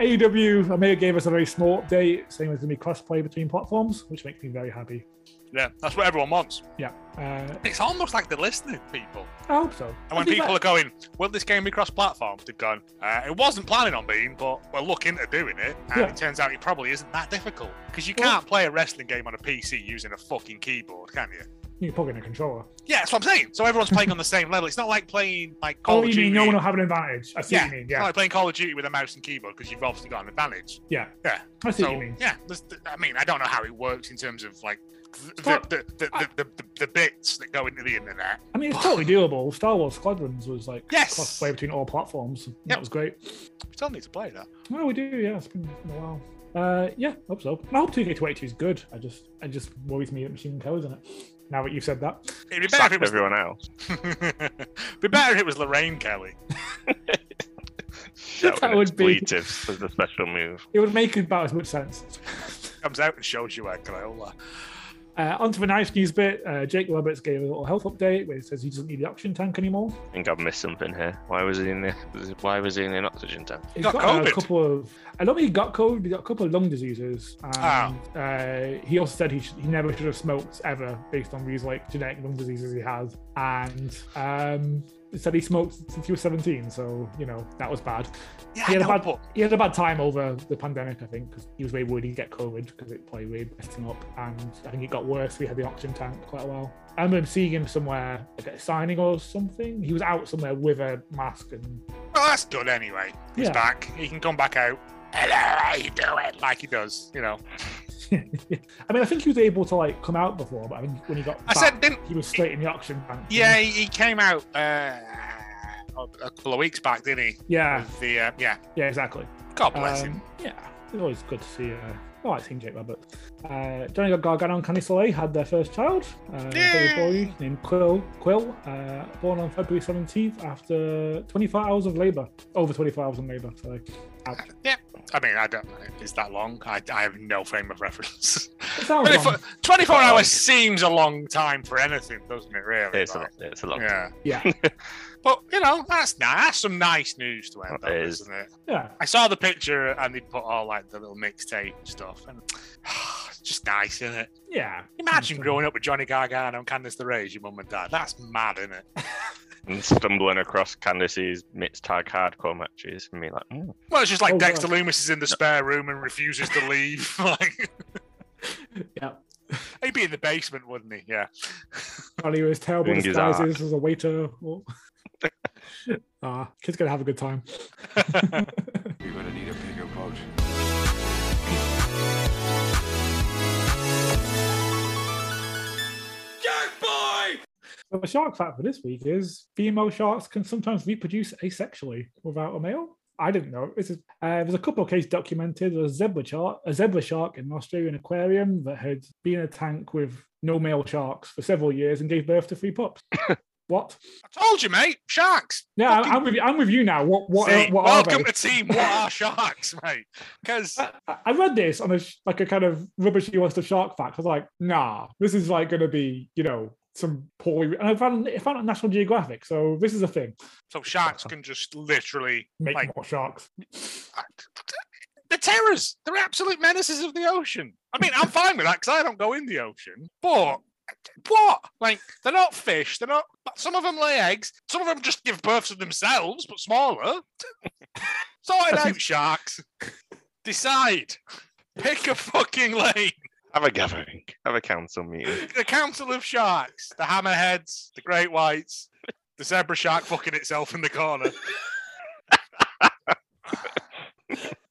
AEW Omega gave us a very small update, saying there's going to be crossplay between platforms, which makes me very happy.
Yeah, that's what everyone wants.
Yeah, uh,
It's almost like they're listening, people.
I hope so.
And when
I think
people are
that-
going, will this game be cross-platform? They've gone, uh, it wasn't planning on being, but we're looking at doing it. And
Yeah.
it turns out it probably isn't that difficult because you
Well-
can't play a wrestling game on a PC using a fucking keyboard, can you?
you can plug in a controller.
Yeah, that's what I'm saying. So everyone's playing on the same level. It's not like playing like Call
Oh,
of
you
Duty.
mean no one will have an advantage? I see
yeah,
what you mean.
it's not
Yeah,
like playing Call of Duty with a mouse and keyboard because you've obviously got an advantage.
yeah,
Yeah.
I see
So
what you mean.
yeah, there's- I mean, I don't know how it works in terms of like th-
Well,
the, the, the, the, the, the bits that go into the internet.
I mean, it's totally doable. Star Wars Squadrons was like
Yes.
crossplay between all platforms. and That
Yep.
was great.
We still need to play that.
Well, we do, yeah. It's been a while. Uh, yeah, hope so. And I hope 2K22 is good. I just, it just worries me that Machine Gun is in it. Now that you've said that,
It'd be better
Sack
if it was
everyone else.
be better if it was Lorraine Kelly.
Shouting
would be-
expletives as a special move.
it would make about as much sense.
Comes out and shows you her Crayola.
Uh, on to the nice news bit. Uh, Jake Roberts gave a little health update where he says he doesn't need the oxygen tank anymore.
I think I've missed something here. Why was he in the? Why was he in an oxygen tank?
He's
got
uh,
COVID.
a couple of, I don't think he got COVID, but he got a couple of lung diseases. And, uh, he also said he, should, he never should have smoked ever based on these like genetic lung diseases he has. And um, he said he smoked since he was 17. So, you know, that was bad.
Yeah,
He
I
had a
know,
bad-
but
he had a bad time over the pandemic, I think, because he was very worried he'd get COVID because it probably really messed him up. And I think it got worse. We had the oxygen tank quite a while. I remember seeing him somewhere, like at a signing or something. He was out somewhere with a mask and
well, Oh, that's good anyway. He's
Yeah.
back. He can come back out. hello, how you doing? Like he does, you know.
I mean, I think he was able to like come out before, but I think when he got
I
back,
said, didn't
he was straight in the auction bank.
yeah? He, he came out uh, a couple of weeks back, didn't he?
yeah,
With the uh, yeah.
yeah, exactly.
God bless him.
Ah. Um, yeah, it's always good to see. Uh, I like seeing Jake Roberts. Uh, Johnny Gargano and Candice LeRae had their first child, uh,
Yay!
baby boy named Quill. Quill, uh, born on February 17th after 24 hours of labour, over 24 hours of labour. Sorry, ouch.
I mean, I don't. Is that long? I, I have no frame of reference.
It sounds
24,
wrong.
24 hours seems a long time for anything, doesn't it? Really?
It's a
Like,
lot. It's a lot.
Yeah.
Yeah,
But you know, that's nice. That's some nice news to end
That
on,
is.
isn't it?
yeah.
I saw the picture and they put all like the little mixtape stuff, and it's just nice, isn't it?
Yeah.
Imagine growing up with Johnny Gargano and Candice LeRae as your mum and dad. That's mad, isn't it?
And stumbling across Candice's mixed tag hardcore matches, and me like, "Hmm."
Well, it's just like
Oh,
Dexter
God.
Loomis is in the spare room and refuses to leave. like
Yeah.
he'd be in the basement, wouldn't he? Yeah.
Johnny was terrible
Fingers
disguises as a waiter. or- Ah, kid's gonna have a good time.
You're gonna need a bigger boat.
So the shark fact for this week is female sharks can sometimes reproduce asexually without a male. I didn't know. This is, uh, there's a couple of cases documented. There's a zebra shark, a zebra shark in an Australian aquarium that had been in a tank with no male sharks for several years and gave birth to three pups. what?
I told you, mate. Sharks.
Yeah, I'm,
Fucking-
I'm with you. I'm with you now. What? What?
See,
are- what are
welcome
they?
to team. What are sharks, mate? Because
I- I I read this on a sh- like a kind of rubbishy list of shark facts. I was like, nah, this is like going to be, you know, some poorly. And I found I found it on National Geographic, so this is a thing.
so sharks can just literally
Make
like
more sharks.
the terrors. They're absolute menaces of the ocean. I mean, I'm fine with that because I don't go in the ocean. But what? Like they're not fish. They're not. Some of them lay eggs. Some of them just give birth to themselves, but smaller. Sort it out, sharks. Decide. Pick a fucking lane.
have a gathering, have a council meeting.
the council of sharks, the hammerheads, the great whites, the zebra shark fucking itself in the corner.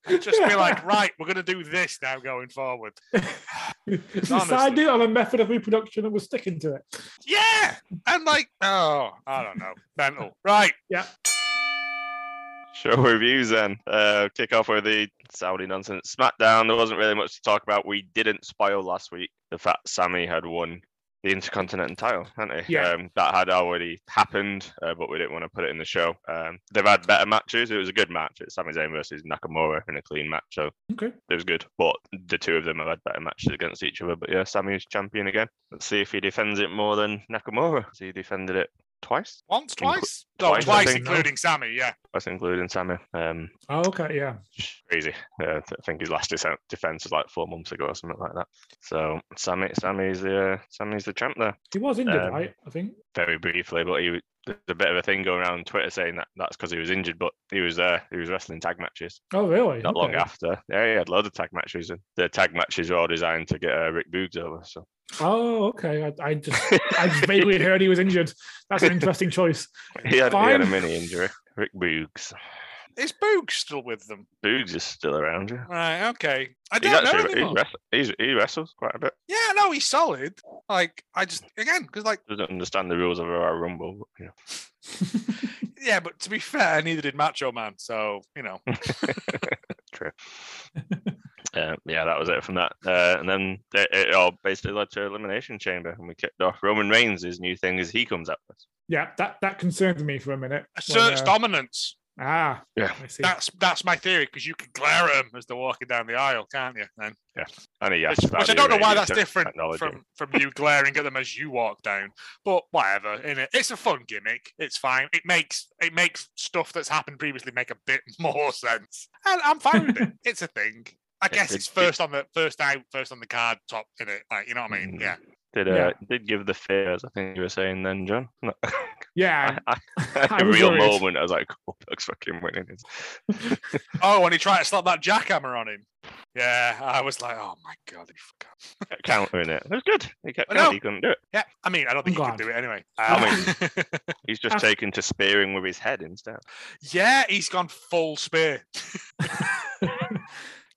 And just be like, right, we're gonna do this now going forward.
It's this
honestly-
idea of a method of reproduction, and we're sticking to it.
Yeah, and like, oh, I don't know, mental, right?
Show reviews then. Uh, kick off with the Saudi nonsense. SmackDown, there wasn't really much to talk about. We didn't spoil last week the fact Sammy had won the Intercontinental title, hadn't he?
Yeah.
Um, that had already happened, uh, but we didn't want to put it in the show. Um, they've had better matches. It was a good match. It's Sami Zayn versus Nakamura in a clean match, so
Okay.
it was good. But the two of them have had better matches against each other. But yeah, Sammy's champion again. Let's see if he defends it more than Nakamura. 'cause He defended it twice,
Once,
Inclu-
twice, no,
twice,
twice,
I think.
including Sammy. Yeah,
twice including Sammy. Um,
Oh, okay. Yeah.
crazy. Uh, I think his last disen- defense was like four months ago or something like that. So Sammy, Sammy's the uh, Sammy's the champ there.
He was injured,
Um,
right? I think.
Very briefly, but he was- there's a bit of a thing going around on Twitter saying that that's because he was injured, but he was there. He was wrestling tag matches
Oh, really?
not long
Okay.
after. Yeah, he had loads of tag matches, and the tag matches were all designed to get uh, Rick Boogs over. So
Oh, okay. I, I just I just vaguely heard he was injured. That's an interesting choice.
he had, he had a
Fine.
mini injury. Rick Boogs.
is Boog still with them?
Boogs is still around. Yeah.
Right, okay. I
He's
don't know
actually he,
anymore.
wrest- he's, he wrestles quite a bit.
Yeah, no, he's solid. Like, I just again because like.
Doesn't understand the rules of Royal Rumble. But, you know.
Yeah, but to be fair, neither did Macho Man. So, you know,
True. uh, yeah, that was it from that. Uh, and then it, it all basically led to Elimination Chamber, and we kicked off Roman Reigns. His new thing is he comes out first.
Yeah, that that concerned me for a minute. when,
asserts
uh,
dominance.
Ah.
Yeah.
I see.
That's that's my theory because you can glare at them as they're walking down the aisle, can't you? Then,
And he
which,
asked
which I
Saudi
don't know why
Arabia
that's
to
different
acknowledge him.
from from you glaring at them as you walk down. But whatever, in it, it's a fun gimmick. It's fine. It makes it makes stuff that's happened previously make a bit more sense, and I'm fine with it. It's a thing. I guess
it-
it's
it-
first on the first out, first on the card, top in it. Like, you know what I mean?
Mhm.
Yeah.
Did uh,
Yeah.
did give the fears? I think you were saying then, John. No,
Yeah.
I, I,
I
a
was
real
worried.
moment. I was like, Goldberg's fucking winning. this."
Oh, when he tried to slap that jackhammer on him. Yeah, I was like, oh my god, he forgot.
Kept countering it. It was good. He kept
I
countering.
know.
He couldn't do it.
Yeah, I mean, I don't
I'm
think he
glad.
can do it anyway.
I
Um,
He's just
That's-
taken to spearing with his head instead.
yeah, he's gone full spear. Because
I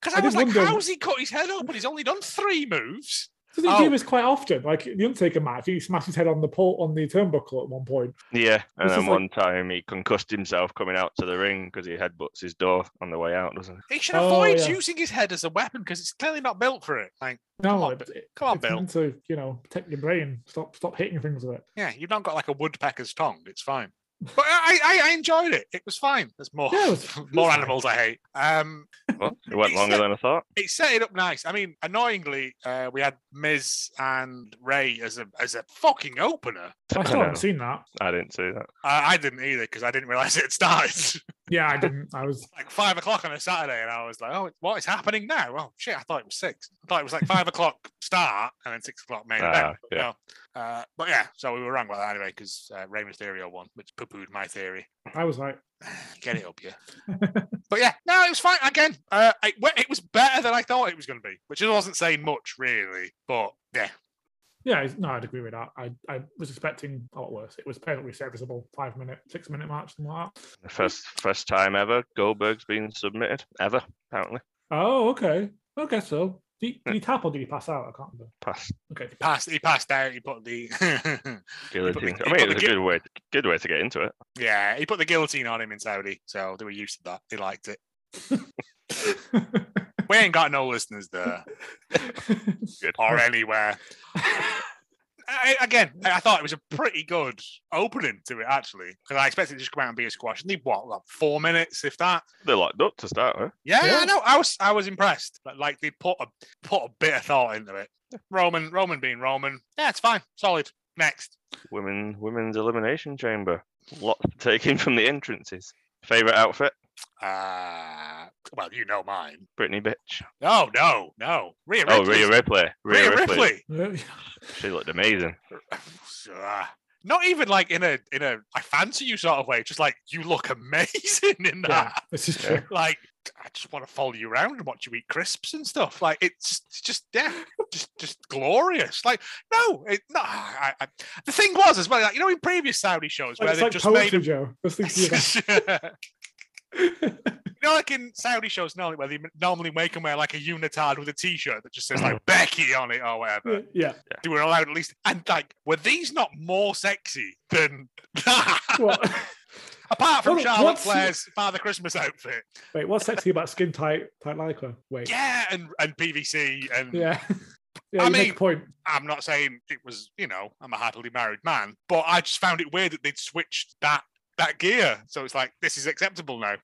I,
did
was like,
wonder-
how's he cut his head open? He's only done three moves.
Does he
Oh.
do this quite often? Like in the Undertaker match, he smashed his head on the pole on the turnbuckle at one point.
Yeah, and
This
then
is like-
one time he concussed himself coming out to the ring because he headbutts his door on the way out, doesn't he?
He should
Oh,
avoid
yeah.
using his head as a weapon because it's clearly not built for it. Like,
No,
Come on,
it-
come on,
it's meant to you know protect your brain. Stop, stop hitting things with it.
yeah, you've not got like a woodpecker's tongue. It's fine. But I, I, I enjoyed it. It was fine. There's more,
Yeah, it was- it was
more
fine.
animals I hate. Um,
Well, it went
He
longer
said-
than I thought.
it set it up nice. I mean, annoyingly, uh, we had Miz and Ray as a as a fucking opener.
I still
No,
haven't seen that.
I didn't see that.
Uh, I didn't either because I didn't realize it had started
Yeah, I didn't. I was.
like five o'clock on a Saturday, and I was like, "Oh, what is happening now?" Well, shit, I thought it was six. I thought it was like five o'clock start and then six o'clock main event.
Ah, yeah.
No. Uh, but yeah, so we were wrong about that anyway because uh, Rey Mysterio won, which poo-pooed my theory.
I was like,
Get it up, yeah. but yeah, no, it was fine. Again, uh, it, wa- it was better than I thought it was going to be, which wasn't saying much really. But yeah,
yeah, it's- no, I'd agree with that. I, I was expecting a lot worse. It was perfectly serviceable, five minute, six minute match, and like that.
The first first time ever Goldberg's been submitted ever. Apparently,
Oh, okay. I guess so. Did, did he tap or did he pass out? I can't remember.
past
Okay.
passed. He passed out. He put the
guillotine. I
the- you put
mean,
the
it's a
gui-
good way good way to get into it.
yeah, he put the guillotine on him in Saudi, so they were used to that. They liked it. We ain't got no listeners there
Good.
or anywhere. I, again, I I thought it was a pretty good opening to it actually, because I expected it to just come out and be a squash. And they what, like four minutes, if that.
They're locked up to start with.
Yeah,
Yeah.
I know. I was I was impressed. Like, like they put a put a bit of thought into it. Roman, Roman being Roman. Yeah, it's fine. Solid. Next.
Women women's elimination chamber. Lots to take in from the entrances. Favorite outfit,
Uh well, you know mine.
Brittany bitch.
No, no, no. Rhea
Oh,
Ripley.
Rhea Ripley. Rhea, Ripley. She looked amazing.
Ah, Not even like in a in a I fancy you sort of way, just like you look amazing in that.
yeah, this is true.
Like I just want to follow you around and watch you eat crisps and stuff. Like it's it's just yeah, just just glorious. Like no, it, no. I, I, the thing was as well, like, you know, in previous Saudi shows
Like,
where
it's
they
like
just
poetry,
made a
Joe. Those things do that.
you know, like in Saudi shows normally, where they normally make them wear like a unitard with a t-shirt that just says like Becky on it or whatever.
yeah.
They were allowed at least, and like, were these not more sexy than
Well,
apart from
What-
Charlotte
what's-
Flair's Father Christmas outfit?
wait, what's sexy about skin tight tight lycra? Wait.
Yeah, and and PVC, and
Yeah. Yeah,
Mm-hmm. I
you make a
mean-
point.
I'm not saying it was, you know, I'm a happily married man, but I just found it weird that they'd switched that that gear. So it's like this is acceptable now.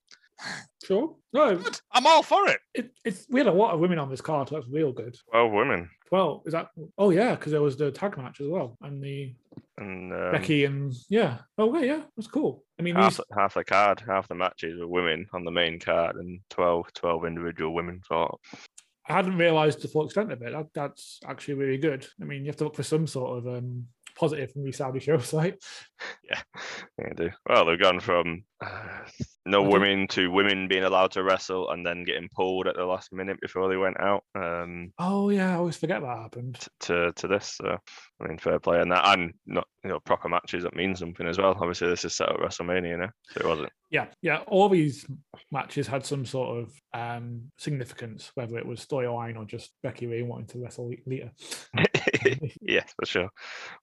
Sure. No,
Good. I'm all for it.
it, it's we had a lot of women on this card. So that's real good.
Twelve women.
Well, is that? Oh yeah, because there was the tag match as well, and the
And um,
Becky and yeah. Oh yeah, yeah, that's cool. I mean,
half,
these,
half the card, half the matches were women on the main card, and 12, 12 individual women fought.
I hadn't realised the full extent of it. That, that's actually really good. I mean, you have to look for some sort of um, positive from these Saudi shows, like
Yeah, yeah, they do. Well, they've gone from uh, no
I think-
women to women being allowed to wrestle and then getting pulled at the last minute before they went out um,
oh yeah, I always forget that happened.
t- to to this. So, I mean, fair play and that, and not you know proper matches that mean something as well. Obviously, this is set up WrestleMania now, so it wasn't.
Yeah, yeah. All these matches had some sort of um, significance, whether it was storyline or just Becky Ray wanting to wrestle Lita.
yeah, for sure.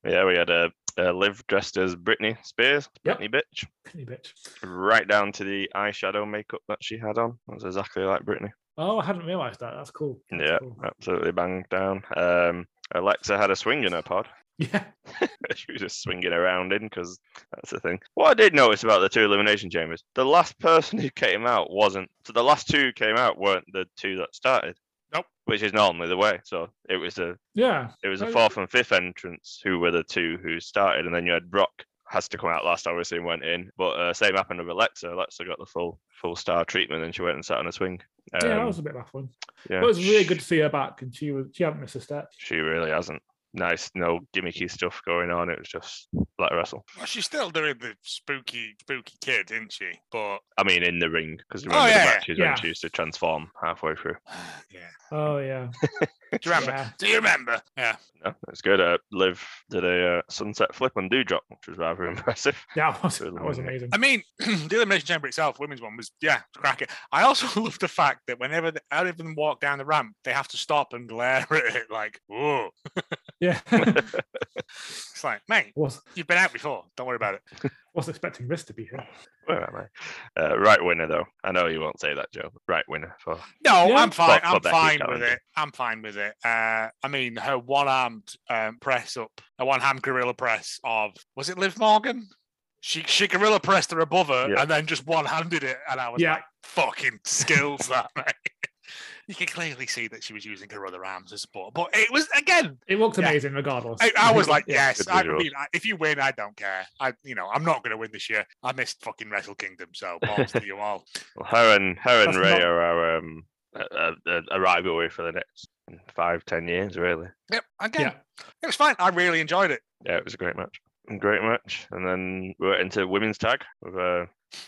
Yeah, we had a. Uh, Liv dressed as Britney Spears,
Yep.
Britney bitch.
Britney bitch.
right down to the eyeshadow makeup that she had on. That's exactly like Britney.
Oh, I hadn't realised that. That's cool. That's
yeah,
cool.
absolutely banged down. Um, Alexa had a swing in her pod.
yeah.
she was just swinging around in because that's the thing. What I did notice about the two elimination chambers, the last person who came out wasn't. So the last two who came out weren't the two that started.
Nope.
Which is normally the way. So it was a
Yeah.
it was the
Oh, yeah.
fourth and fifth entrance who were the two who started, and then you had Brock has to come out last, obviously, and went in. But uh, same happened with Alexa. Alexa got the full full star treatment, and she went and sat on a swing. Um,
Yeah, that was a bit of a fun.
yeah,
But it was really
sh-
good to see her back, and she was she hadn't missed a step.
She really hasn't. Nice, no gimmicky stuff going on. It was just like wrestle.
Well, she's still doing the spooky, spooky kid, isn't she? But
I mean, in the ring because
Oh,
remember
yeah,
the matches
yeah.
when she used to transform halfway through.
yeah,
Oh yeah,
Do you remember?
Yeah.
Do you remember? Yeah.
No, that's good. Uh, Liv did a uh, sunset flip and do drop, which was rather impressive.
Yeah, that was,
Good
that was
one.
amazing.
I mean, the Elimination Chamber itself, women's one, was, yeah, cracking. I also love the fact that whenever the, out of them walk down the ramp, they have to stop and glare at it like, whoa.
Yeah,
It's like, mate,
was
you've been out before. Don't worry about it.
was expecting this to be here.
Where am I? Uh, right winner though. I know you won't say that, Joe. but Right winner for
No,
Yeah.
I'm fine.
But-
I'm
but Becky
fine with
challenged
it. I'm fine with it. Uh, I mean, her one-armed um, press up, a one-hand gorilla press of was it Liv Morgan? She she gorilla pressed her above her
Yeah.
and then just one-handed it, and I was
Yeah.
like, "Fucking skills, that mate." You can clearly see that she was using her other arms as support, but it was again.
It looked
Yeah.
amazing, regardless.
I, I was like, "Yes,
good
I
visual.
mean, I- if you win, I don't care. I, you know, I'm not going to win this year. I missed fucking Wrestle Kingdom, so balls to you all."
well, her and her and
That's
Ray
not-
are our, um, a, a, a rivalry for the next five ten years really.
Yep, again,
yeah,
it was fine. I really enjoyed it.
Yeah, it was a great match. A Great match. And then we went into women's tag with uh,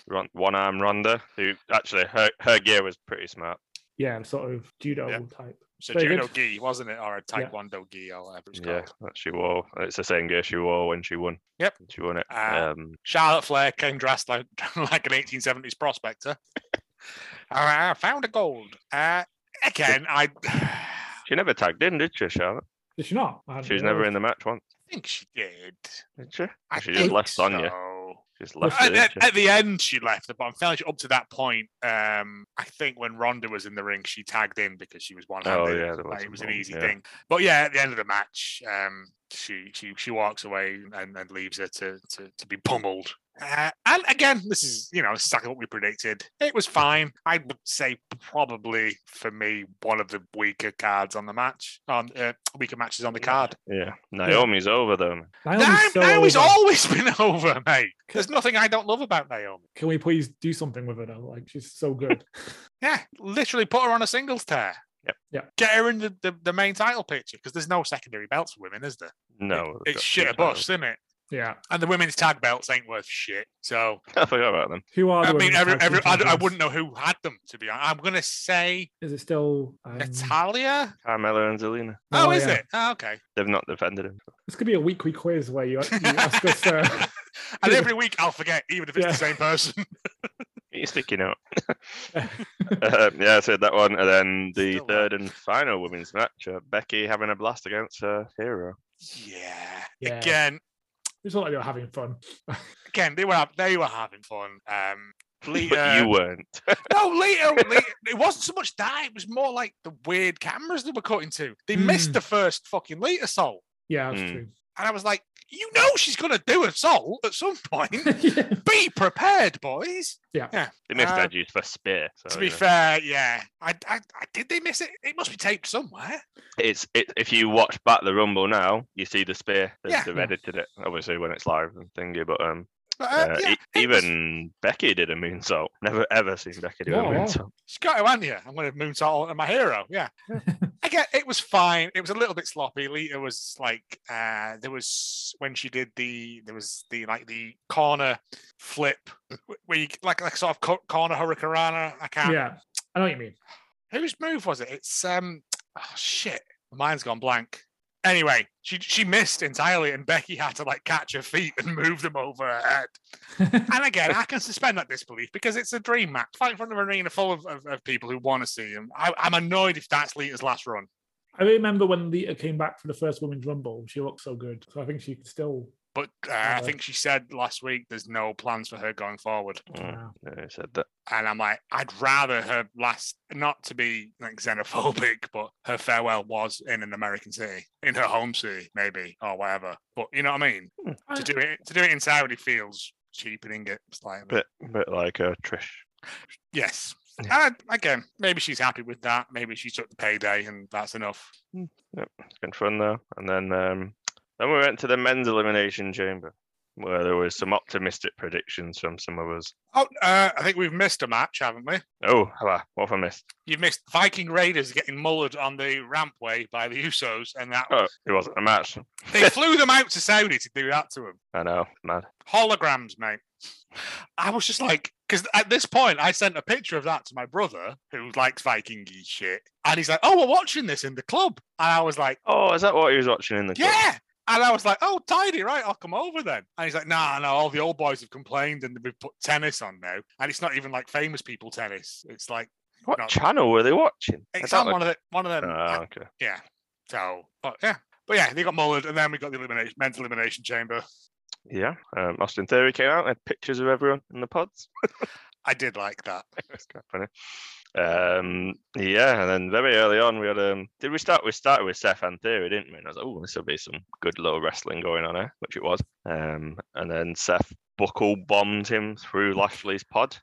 Ron- one arm Ronda, who actually her, her gear was pretty smart.
yeah, sort of judo
Yeah.
type.
So
Very good.
judo gi, wasn't it, or a
Yeah.
taekwondo gi, or whatever it's called?
Yeah, that she wore. It's the same gear she wore when she won.
Yep.
She won it.
Ah.
um,
Charlotte Flair came dressed like, like an 1870s prospector. I found a gold. Uh, again, I, I
she never tagged in, did she, Charlotte?
Did she not? I
She was never in the match once,
think she did.
did she?
I
She just
think
left Sonya.
so.
Just left
At,
it.
at-
didn't she?
at the end, she left, but I'm fairly sure up to that point, um, I think when Ronda was in the ring, she tagged in because she was one handed.
Oh, yeah, there was
like,
a
it was an
moment,
easy
yeah.
thing. But yeah, at the end of the match, um, she she she walks away and, and leaves her to to, to be pummeled. Uh, and again, this is you know this is exactly what we predicted. It was fine. I would say probably for me one of the weaker cards on the match, on uh, weaker matches on the card.
Yeah. Naomi's over though. man.
Naomi,
Naomi's so
Naomi's
over.
always been over, mate. There's nothing I don't love about Naomi.
Can we please do something with her though? Like she's so good.
Yeah, literally put her on a singles tear.
Yep.
Yeah.
Get her in the, the, the main title picture because there's no secondary belts for women, is there?
No.
It's shit a bust, isn't it?
yeah.
And the women's tag belts ain't worth shit. So
I forgot about them.
Who are?
I
the
mean,
women's
every,
tag team
every, I, d- I
champions?
wouldn't know who had them to be honest. I'm gonna say
Is it still? Um,
Natalia.
Carmella and Zelina.
Oh,
oh,
is
yeah.
it? Oh, okay.
They've not defended him.
this could be a weekly quiz where you, you ask us. Uh,
and every week I'll forget, even if it's
Yeah.
the same person.
He's sticking out. Uh, yeah, I said that one. And then the
Still
third and final women's match, uh, Becky having a blast against her hero.
yeah.
Yeah.
Again,
it's not like they were having fun.
again, they were ha- they were having fun. Um,
But
Lita,
you weren't.
no, later, later, it wasn't so much that. It was more like the weird cameras they were cutting to. They missed
Mm.
the first fucking Lita soul,
Yeah, that's
Mm.
and I was like, you know, she's gonna do a soul at some point.
true. yeah.
Be prepared, boys.
They missed
Uh,
Edge's first spear. So,
to be
you know.
fair, yeah. I, I, I did they miss it? It must be taped somewhere.
it's it, if you watch back the rumble now, you see the spear. They've,
Yeah.
they've
Yeah.
edited it, obviously when it's live and thingy. But um,
But,
uh,
uh, yeah,
e-
it was-
even Becky did a moonsault. Never ever seen Becky do
Wow,
a
wow.
moonsault.
she's got to, hasn't you? I'm going to moonsault on my hero. Yeah. Again, it was fine. It was a little bit sloppy. Lita was like, uh, there was when she did the, there was the like the corner flip wh- where you like like sort of co- corner hurricanrana. I can't.
yeah, I know what you mean.
Whose move was it? It's um, oh shit, my mind's gone blank. Anyway, she she missed entirely, and Becky had to like catch her feet and move them over uh, her head. And again, I can suspend that disbelief because it's a dream match. Fight in front of an arena full of, of, of people who want to see him. I, I'm annoyed if that's Lita's last run.
I remember when Lita came back for the first women's rumble. She looked so good, so I think she could still.
But uh, I
Yeah.
think she said last week there's no plans for her going forward.
Mm,
uh,
yeah, I said that.
And I'm like, I'd rather her last, not to be like xenophobic, but her farewell was in an American city, in her home city, maybe, or whatever. But you know what I mean?
I-
to do it to do it in Saudi feels cheapening it slightly.
Bit bit like uh, Trish.
yes.
Yeah.
And again, maybe she's happy with that. Maybe she took the payday and that's enough.
It's been fun though. And then um, then we went to the men's elimination chamber. where there was some optimistic predictions from some of us.
Oh, uh, I think we've missed a match, haven't we?
Oh, hello. What have I missed?
You've missed Viking Raiders getting mullered on the rampway by the Usos, and that
Oh, it wasn't a match.
they flew them out to Saudi to do that to them.
I know, mad.
Holograms, mate. I was just like, because at this point, I sent a picture of that to my brother who likes Vikingy shit, and he's like, "Oh, we're watching this in the club," and I was like,
Oh, is that what he was watching in the club?
"Yeah." And I was like, oh, tidy, right? I'll come over then. And he's like, nah, no, all the old boys have complained and we've put tennis on now. And it's not even like famous people tennis. It's like,
What
No.
channel were they watching? I
it's
don't
on one of, the, one of
know.
them.
Ah, okay.
Yeah. So, but yeah. But yeah, they got mullered, and then we got the elimination, mental elimination chamber.
Yeah. Um, Austin Theory came out and had pictures of everyone in the pods.
I did like that.
It's quite funny. Um, yeah, and then very early on we had um did we start we started with Seth and Theory, didn't we? And I was like, oh, this will be some good little wrestling going on here, which it was. Um and then Seth buckle bombed him through Lashley's pod.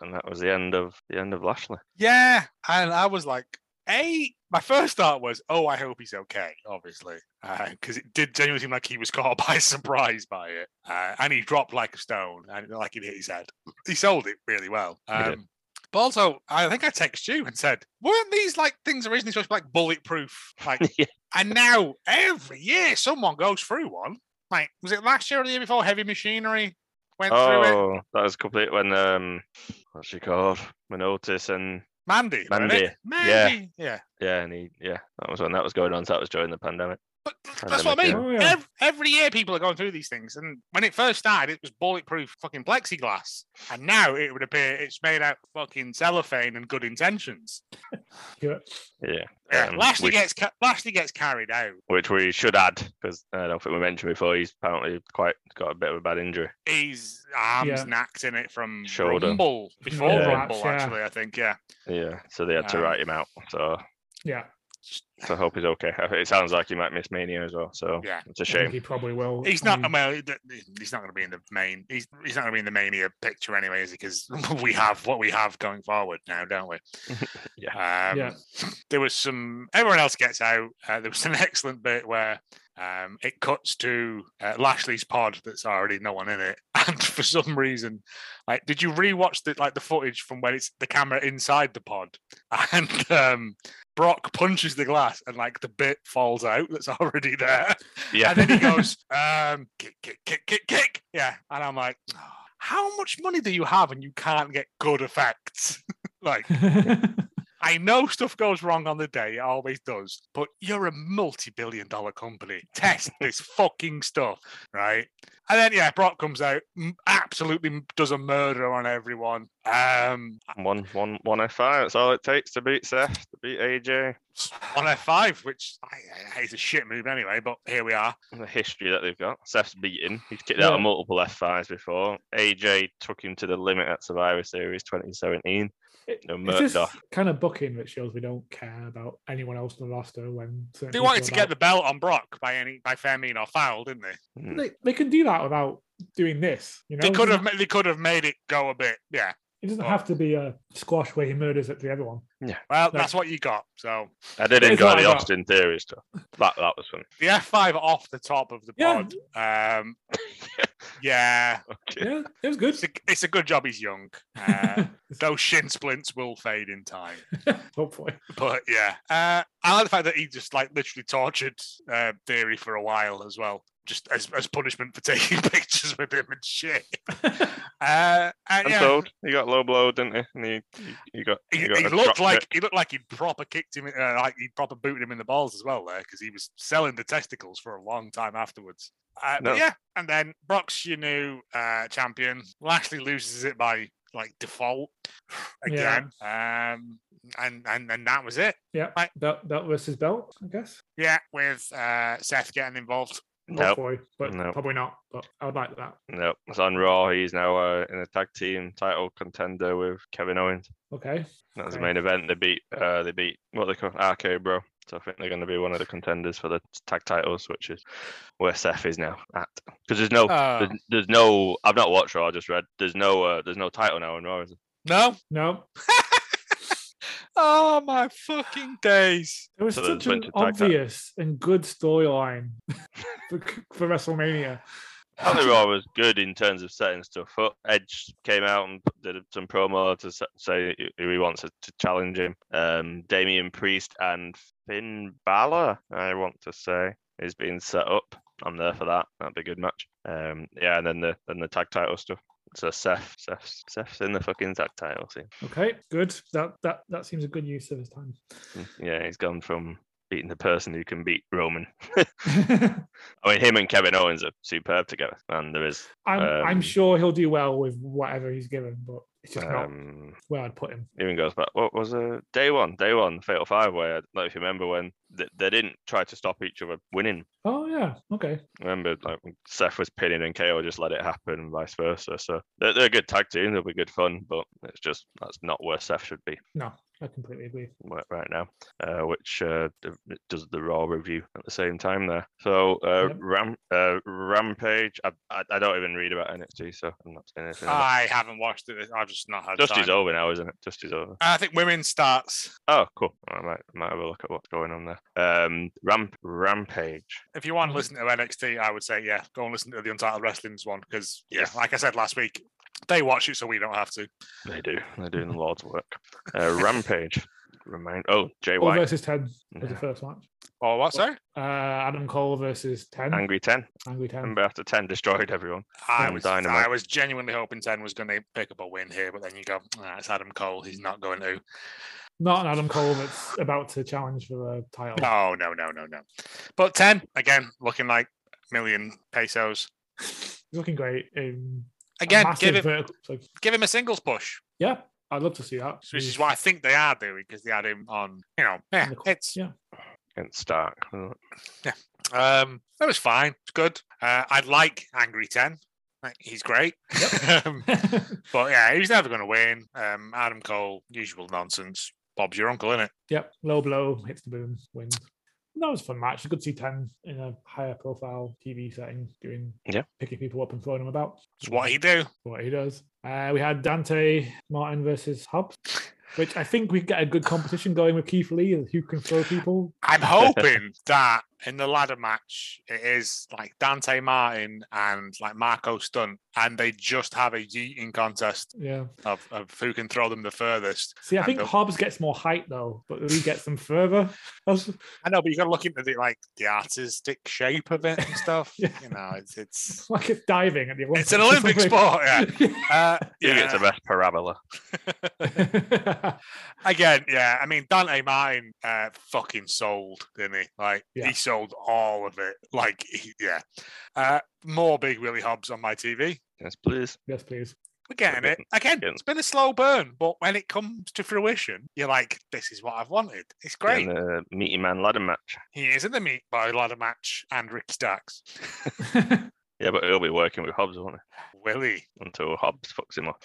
And that was the end of the end of Lashley.
Yeah. And I was like, hey, my first thought was, oh, I hope he's okay, obviously. Because it did genuinely seem like he was caught by surprise by it. Uh, and he dropped like a stone and it- like it hit his head. He sold it really well.
He did.
Um, but also, I think I texted you and said, weren't these like things originally supposed to be like bulletproof? Like
yeah.
And now every year someone goes through one. Like, was it last year or the year before? Heavy machinery went through it.
Oh, that was complete when um what's she called? When Otis and
Mandy. wasn't it?
Mandy, yeah.
Mandy. Yeah.
yeah, and he yeah, that was when that was going on, so that was during the pandemic.
But that's what I mean.
Pandemic,
yeah. Oh, yeah.
Ev- every year people are going through these things. And when it first started, it was bulletproof fucking plexiglass. And now it would appear it's made out of fucking cellophane and good intentions.
Yeah.
Yeah. um,
Lashley
which-
gets ca- Lashley gets carried out.
which we should add because I don't think we mentioned before. He's apparently quite got a bit of a bad injury.
His arms
Yeah.
knacked in it from
Shoulder.
Rumble before
Yeah.
Rumble,
Yeah.
actually, I think. Yeah.
Yeah, so they had to
Um,
write him out. So,
Yeah.
so I hope he's okay. I think It sounds like he might miss Mania as well. So
Yeah.
it's a
I think
shame.
He probably will. Um,
He's
I
not.
mean,
Well, he- th- he's not going to be in the main. He's he's not going to be in the mania picture anyway, is Because we have what we have going forward now, don't we? Um,
Yeah.
There was some. Everyone else gets out. Uh, there was an excellent bit where um, it cuts to uh, Lashley's pod that's already no one in it, and for some reason, like, did you rewatch the like the footage from when it's the camera inside the pod and um, Brock punches the glass and like the bit falls out that's already there.
Yeah,
And then he goes, um, kick, kick, kick, kick, kick. Yeah. And I'm like, "Ah, how much money do you have and you can't get good effects? like, I know stuff goes wrong on the day, it always does, but you're a multi billion dollar company. Test this fucking stuff, right? And then, yeah, Brock comes out, m- absolutely m- does a murder on everyone. Um,
one one one FI. That's all it takes to beat Seth, to beat AJ.
on F5, which I, I, is a shit move anyway, but here we are.
The history that they've got. Seth's beaten. He's kicked out of
Yeah.
multiple F5s before. AJ took him to the limit at Survivor Series 2017.
It-
No
It's
murder.
this kind of booking that shows we don't care about anyone else in the roster when certain
They
people
wanted
are
to get
about-
the belt on Brock by any by fair mean or foul, didn't they?
Mm.
They, they can do that without doing this. You know,
They
It
could
doesn't-
have Oh. ma- they could have made it go a bit, yeah.
It doesn't have to be a squash where he murders actually everyone.
Well,
No.
that's what you got. So
I did
Here's
enjoy
what I
the
got.
Austin Theory stuff. That that was fun.
the F5 off the top of the
Yeah.
pod. Um, yeah,
Okay.
Yeah, it was good.
it's a, it's a good job he's young. Uh, those shin splints will fade in time.
Hopefully.
But yeah, uh, I like the fact that he just like literally tortured uh, Theory for a while as well, just as, as punishment for taking pictures with him and shit. Uh, and
And
yeah,
so he got low blow, didn't he? And he, he, he got.
he,
got
he
a drop
looked
kick.
like he looked like he proper kicked him, in- uh, like he proper booted him in the balls as well there, because he was selling the testicles for a long time afterwards. Uh,
No.
But yeah, and then Brock's your new uh, champion. Lashley loses it by like default
Yeah.
again, um, and and and that was it.
Yeah.
Right.
Belt, belt versus belt, I guess.
Yeah, with uh, Seth getting involved.
Nope.
Hopefully, but
Nope.
probably not. But I would like that.
No, it's on Raw. He's now uh, in a tag team title contender with Kevin Owens.
Okay.
That was the
Okay.
main event. They beat uh, they beat what they call RK Bro. So I think they're going to be one of the contenders for the tag titles, which is where Seth is now at. Because there's no,
Uh,
there's, there's no. I've not watched Raw. I just read. There's no, uh, there's no title now in Raw. Is there?
no.
No,
Oh my fucking days!
it was
So there's
such an
Winter Tag Title.
obvious and good storyline for, for WrestleMania.
I think Raw was good in terms of setting stuff up. Edge came out and did some promo to s- say who he wants to to challenge him. Um, Damian Priest and Finn Balor, I want to say, is being set up. I'm there for that. That'd be a good match. Um, yeah, and then the then the tag title stuff. So Seth, Seth, Seth's in the fucking tag title scene.
Okay, good. That that that seems a good use of his time.
Yeah, he's gone from beating the person who can beat Roman. I mean, him and Kevin Owens are superb together, and there is
I'm I'm
Um,
sure he'll do well with whatever he's given, but it's just not
um,
where I'd put him.
even goes back. What was uh, day one? Day one, Fatal Five Way. I don't know if you remember when they, they didn't try to stop each other winning.
Oh yeah, okay.
Remember, like when Seth was pinning and KO just let it happen, and vice versa. So they're, they're a good tag team. They'll be good fun, but it's just that's not where Seth should be
No, I completely agree.
wi- right now, uh, which uh, d- it does the Raw review at the same time there. So uh,
Yep.
Ram uh, Rampage. I, I I don't even read about NXT, so I'm not saying anything. about
I haven't watched it. I've just not had
it. Dusty's
time.
over now, isn't it? Dusty's over.
I think women starts.
Oh, cool. I might, might have a look at what's going on there. Um, Ramp Rampage.
If you want
Mhm.
to listen to NXT, I would say yeah, go and listen to the Untitled Wrestling's one because yeah,
Yes.
like I said last week, they watch it so we don't have to.
They do. They're doing loads of work. Uh, Rampage. Remind. Oh, Jay
Cole
White.
versus ten was the
Yeah.
first match.
Oh, what? Sorry,
Uh, Adam Cole versus ten. Angry,
Angry Ten.
ten.
Remember after Ten destroyed everyone.
I
Um,
was
Dynamite.
I was genuinely hoping Ten was going to pick up a win here, but then you go, ah, it's Adam Cole. He's not going to.
Not an Adam Cole that's about to challenge for the title.
No, Oh, no, no, no, no. But Ten again, looking like a million pesos.
He's looking great. In a
Again,
massive
give him
vertical- so,
give him a singles push.
yeah, I'd love to see that.
Which is what I think they are doing because they had him on, you know, Mm. yeah,
the co-
it's
yeah.
Against Stark. wasn't it?
um, that was fine, it's good. Uh, I'd like Angry Ten, Like, he's great, um, but yeah, he's never going to win. Um, Adam Cole, usual nonsense. Bob's your uncle, isn't it?
Yep, low blow hits the boom, wins. That was a fun match. You could see ten in a higher profile TV setting doing
Yeah.
picking people up and throwing them about.
It's what he do.
what he does. Uh, we had Dante Martin versus Hobbs, which I think we get a good competition going with Keith Lee, of who can throw people.
I'm hoping that in the ladder match, it is like Dante Martin and like Marco Stunt, and they just have a yeeting contest
Yeah.
of, of who can throw them the furthest.
See, I
And
think
the-
Hobbs gets more height though, but Lee gets them further. That's-
I know, but you got to look into the like the artistic shape of it and stuff.
Yeah.
You know, it's it's
It's like it's diving at the Olympics.
it's an
or
Olympic
something.
sport. Yeah. Uh,
Who gets the
yeah.
best parabola?
Again, yeah. I mean, Dante Martin uh, fucking sold, didn't he? Like
Yeah.
he sold all of it. Like he- yeah, uh, more big Willie Hobbs on my TV.
Yes, please.
yes, please.
We're getting it
getting-
again.
getting-
It's been a slow burn, but when it comes to fruition, you're like, this is what I've wanted. It's great.
And the Meaty Man ladder match.
He is in the meat by ladder match and Ricky Starks.
Yeah, but he'll be working with Hobbs, won't he?
Willie.
Until Hobbs fucks him up.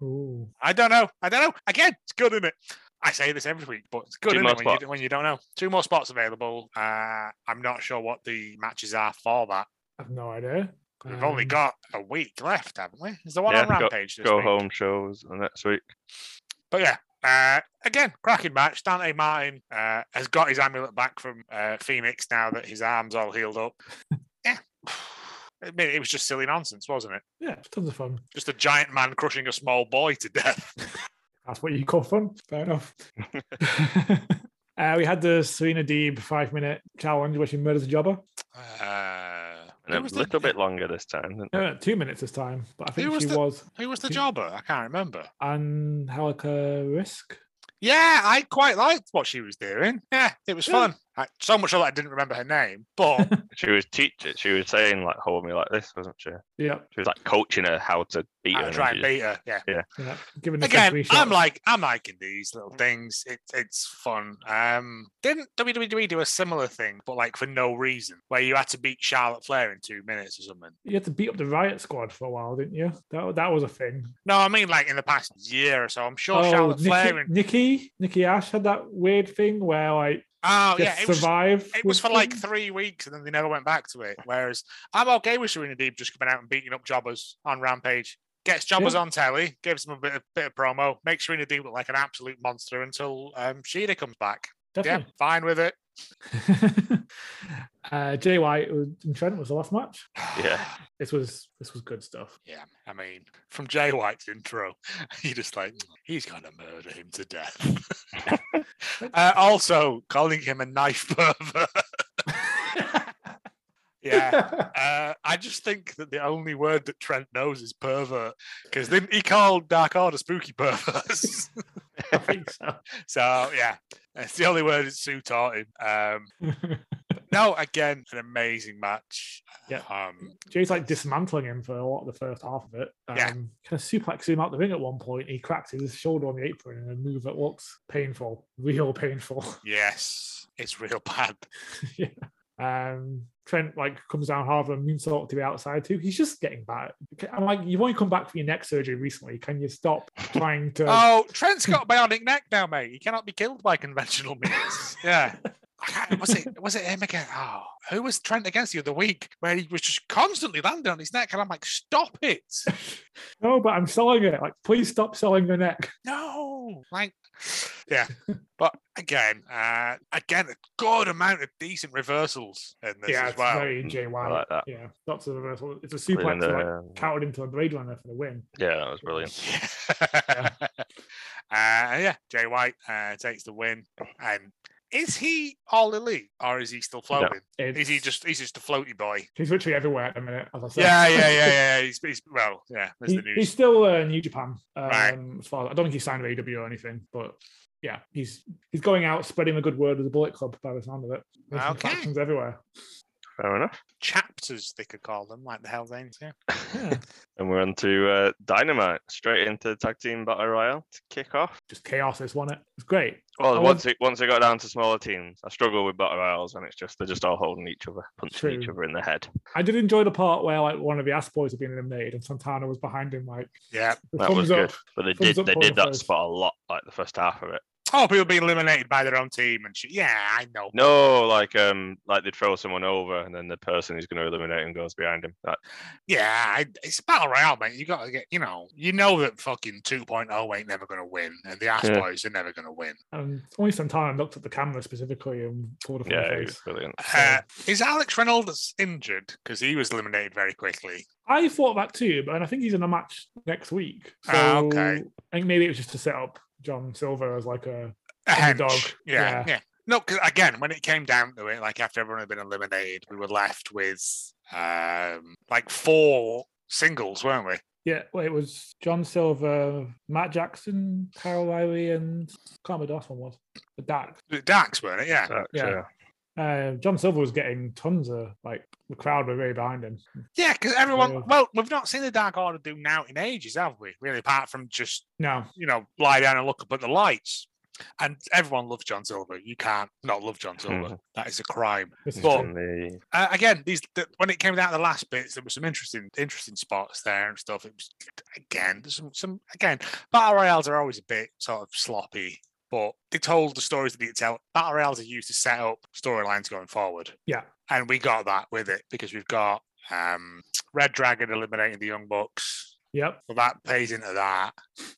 Ooh.
I don't know. I don't know. Again, it's good, isn't it? I say this every week, but it's good
Two
isn't
more
it, when, you,
spots.
when you don't know. Two more spots available. Uh, I'm not sure what the matches are for that.
I've no idea.
'cause We've only
Um,
got a week left, haven't we? Is the
Mm.
one
Yeah, go-
on Rampage this
Go
week?
home shows and next week.
But yeah, uh, again, cracking match. Dante Martin uh, has got his amulet back from uh, Phoenix now that his arm's all healed up. yeah. I mean, it was just silly nonsense, wasn't it?
Yeah, it's tons of fun.
Just a giant man crushing a small boy to death.
That's what you call fun. Fair enough. uh, we had the Serena Deeb five minute challenge where she murders a jobber.
Uh,
And a
who was the-
little bit longer this time, didn't it?
No, no, two minutes this time, but I think
was
she
the-
was
Who was the
Who-
jobber? I can't remember.
Angelica Risk.
Yeah, I quite liked what she was doing. Yeah, it was
Yeah.
fun. I, so much so that I didn't remember her name, but
She was teaching. She was saying like, "Hold me like this," wasn't she?
Yeah,
She was like coaching her how to beat her.
I
and she
try and
just-
beat her. Yeah.
yeah. Given the
Again,
sensory
I'm
shock.
like I'm liking these little things. It, it's fun. Um, didn't WWE do a similar thing, but like for no reason, where you had to beat Charlotte Flair in two minutes or something?
you had to beat up the riot squad for a while, didn't you? That that was a thing.
No, I mean like in the past year or so. I'm sure Charlotte
Nikki,
Flair and
Nikki, Nikki Ash had that weird thing where like
oh yeah,
just
it was
survive.
It was
with
for like
them.
three weeks and then they never went back to it. Whereas I'm okay with Serena Deeb just coming out and beating up jobbers on Rampage. Gets jobbers on telly, gives them a bit of, bit of promo, makes Serena Deeb look like an absolute monster until um, Sheeta comes back.
Definitely.
Yeah, fine with it.
uh, Jay White and Trent was the last match.
Yeah.
This was this was good stuff.
Yeah, I mean, from Jay White's intro, you just like, "Mm, he's going to murder him to death. uh, also, calling him a knife pervert. yeah. Uh, I just think that the only word that Trent knows is pervert because then he called Dark Order spooky perverts.
I think so.
so, yeah, that's the only word that Sue taught him. Um, no, again, an amazing match.
Yeah.
Um,
Jay's like dismantling him for a lot of the first half of it. Um,
Yeah.
Kind of suplexing him out the ring at one point. He cracks his shoulder on the apron in a move that looks painful, real painful.
yes, it's real bad.
yeah. Um, Trent like comes down hard and moonsault to the outside too. He's just getting back. I'm like, you've only come back from your neck surgery recently. Can you stop trying to?
Oh, Trent's got a bionic neck now, mate. He cannot be killed by conventional means. yeah. I can't- Was it was it him again? Oh, who was Trent against the other week where he was just constantly landing on his neck? And I'm like, stop it.
No, but I'm selling it. Like, please stop selling the neck.
No. Like, yeah. But again, uh, again, a good amount of decent reversals in this
yeah,
as
it's
well.
very Jay
I
White.
like that.
Yeah, lots of reversal. It's a
Within
suplex
the-
like, countered into a Blade Runner for the win.
uh, yeah, that was brilliant.
Yeah. uh, yeah, Jay White uh, takes the win. And is he all elite or is he still floating? Is he
It's-
just he's just a floaty boy?
He's literally everywhere at the minute. As I said.
Yeah, yeah, yeah, yeah. He's, he's well, yeah. There's
He-
the news.
he's still uh, New Japan. Um,
Right.
as far as- I don't think he's signed with AW or anything, but yeah, he's he's going out spreading the good word of the Bullet Club by the sound of it. There's some
Okay.
factions everywhere.
Fair enough.
Chapters they could call them, like the Hell's Angels. Yeah.
And we're on to uh, Dynamite, straight into the tag team battle royale to kick off.
Just chaos has won it. It's great.
Well,
I
once it once it got down to smaller teams, I struggle with battle royals, and it's just they're just all holding each other, punching each
True.
other in the head.
I did enjoy the part where like one of the Ass Boys had been eliminated and Santana was behind him like
yeah.
the
That
thumbs
was
up.
good, but they
thumbs
did
up
they
for the
did that
first.
spot a lot, like the first half of it.
Oh, people being eliminated by their own team and shit. Yeah, I know.
No, like um, like they'd throw someone over, and then the person who's going to eliminate him goes behind him. That,
Yeah, I, it's a battle royale, mate. You gotta get, you know, you know that fucking 2.0 ain't never gonna win, and the ass
Yeah.
boys are never gonna win.
And only Santana looked at the camera specifically and pulled a funny
yeah, it was
face. Ah,
brilliant.
Uh, is Alex Reynolds injured? Because he was eliminated very quickly.
I thought that too, but I think he's in a match next week. So
Ah, okay.
I think maybe it was just to set up John Silver as like a
A
And the
hench.
dog,
Yeah, yeah.
yeah.
No, because again, when it came down to it, like after everyone had been eliminated, we were left with um like four singles, weren't we?
Yeah, well, it was John Silver, Matt Jackson, Carol Riley, and I can't remember the last one was. The Dak.
The Dax, weren't it? Yeah.
That's,
yeah.
uh,
Uh, John Silver was getting tons of like the crowd were really behind him.
Yeah, because everyone.
Yeah.
Well, we've not seen the Dark Order do now in ages, have we? Really, apart from just
No,
you know lie down and look up at the lights. And everyone loves John Silver. You can't not love John Silver. That is a crime.
this is
Well,
true.
and the-
Uh, again, these the, when it came down to the last bits, there were some interesting, interesting spots there and stuff. It was again, there's some, some again, battle royales are always a bit sort of sloppy, but they told the stories they need to tell. Battle royales are used to set up storylines going forward.
Yeah.
and we got that with it because we've got um, Red Dragon eliminating the Young Bucks.
Yep.
Well, that pays into that.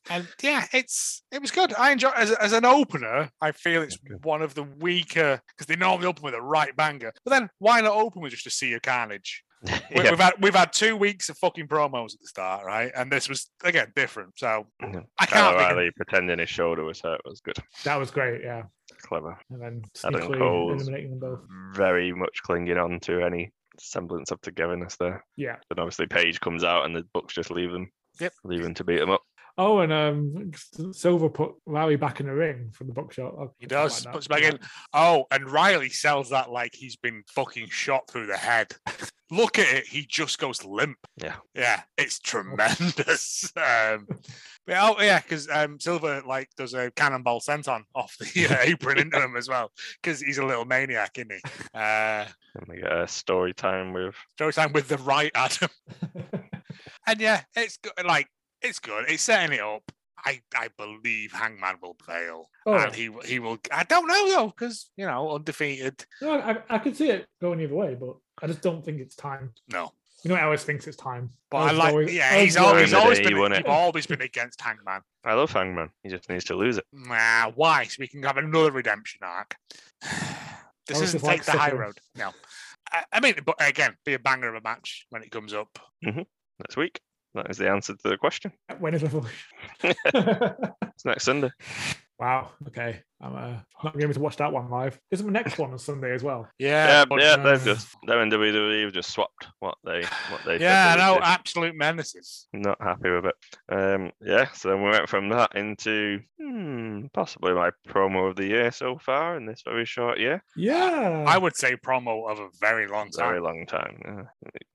And yeah, it's it was good. I enjoy as, as an opener. I feel it's one of the weaker because they normally open with a right banger. But then why not open with just a sea of carnage? We,
yeah,
We've had we've had two weeks of fucking promos at the start, right? And this was again different. So
Yeah.
I
Kyle
can't. think of-
Riley pretending his shoulder was hurt was good,
That was great, yeah.
clever.
And then
Adam
sneakily
Cole's-
eliminating them both.
Very much clinging on to any semblance of togetherness there.
Yeah.
Then obviously Page comes out, and the Bucks just leave them.
Yep.
leave them to beat them up.
Oh, and um, Silver put Riley back in the ring from the bookshop. I-
He
I quite
does,
that.
puts back
Yeah.
in. Oh, and Riley sells that like he's been fucking shot through the head. Look at it. He just goes limp.
Yeah.
Yeah. It's tremendous. um, but oh, yeah, because um, Silver like does a cannonball senton off the uh, apron into him as well because he's a little maniac, isn't he? Uh,
And we get a story time with
story time with the right Adam. and yeah, it's good. Like, it's good. It's setting it up. I, I believe Hangman will prevail,
Oh,
and he he will. I don't know though, because you know, undefeated.
no, I, I could see it going either way, but I just don't think it's time.
No,
You know, Ellis thinks it's time.
But I
Ellis
like,
always-
yeah,
Ellis
he's
is
always,
Time of
always
day,
been,
wasn't it?
you've always been against Hangman.
I love Hangman. He just needs to lose it.
Nah, why? So we can have another redemption arc. This
was
isn't
just like
take the high
suffering.
road. No. I, I mean, but again, be a banger of a match when it comes up.
next week. That is the answer to the question.
When is Revolution?
It's next Sunday.
wow. Okay. I'm uh, not going to be able to watch that one live. Isn't the next one on Sunday as well?
Yeah,
but,
yeah,
uh,
they've just them and WWE have E, just swapped what they what they. said
yeah, I
they would
know.
do.
Absolute menaces.
Not happy with it. Um, yeah, so then we went from that into hmm, possibly my promo of the year so far in this very short year,
Yeah.
I would say promo of a very long time.
very long time. yeah.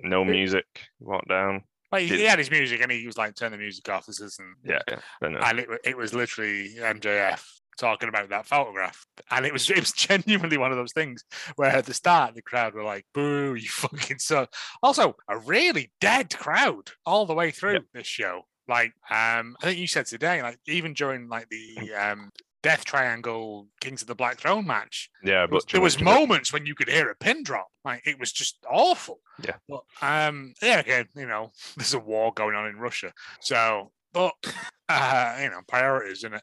No
It-
music, walk down.
Like, he,
did-
he had his music and he was like, turn the music off. This isn't.
Yeah, yeah. fair enough.
And it, wa- it was literally MJF talking about that photograph. And it was it was genuinely one of those things where at the start the crowd were like, boo, you fucking suck. Also, a really dead crowd all the way through this show. Like, um, I think you said today, like even during like the um Death Triangle Kings of the Black Throne match,
yeah,
there was-
but
there was moments when you could hear a pin drop. Like it was just awful.
Yeah.
But um, yeah, again, you know, there's a war going on in Russia, so but uh, you know, priorities, isn't it?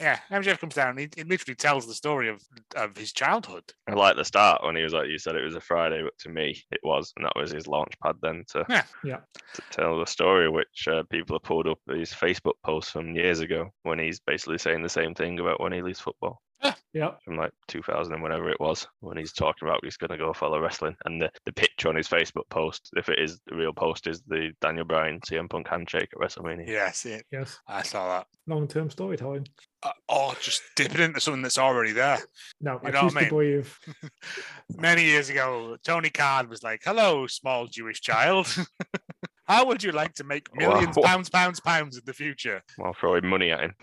Yeah, MJF comes down. He, he literally tells the story of of his childhood.
I like the start when he was like, "You said it was a Friday, but to me it was," and that was his launch pad then to
Yeah.
Yeah.
to tell the story, which uh, people have pulled up these Facebook posts from years ago when he's basically saying the same thing about when he leaves football
Yep.
from like 2000 and whenever it was when he's talking about he's going to go follow wrestling and the, the picture on his Facebook post, if it is the real post, is the Daniel Bryan CM Punk handshake at WrestleMania.
Yeah, I see it.
Yes.
I saw that.
Long term storytelling.
Uh, oh, just dipping into something that's already there.
No,
You
I
know what I
choose to
mean?
believe.
Many years ago, Tony Khan was like, "Hello, small Jewish child." How would you like to make
Wow.
millions, pounds, pounds, pounds in the future?
While throwing money at him.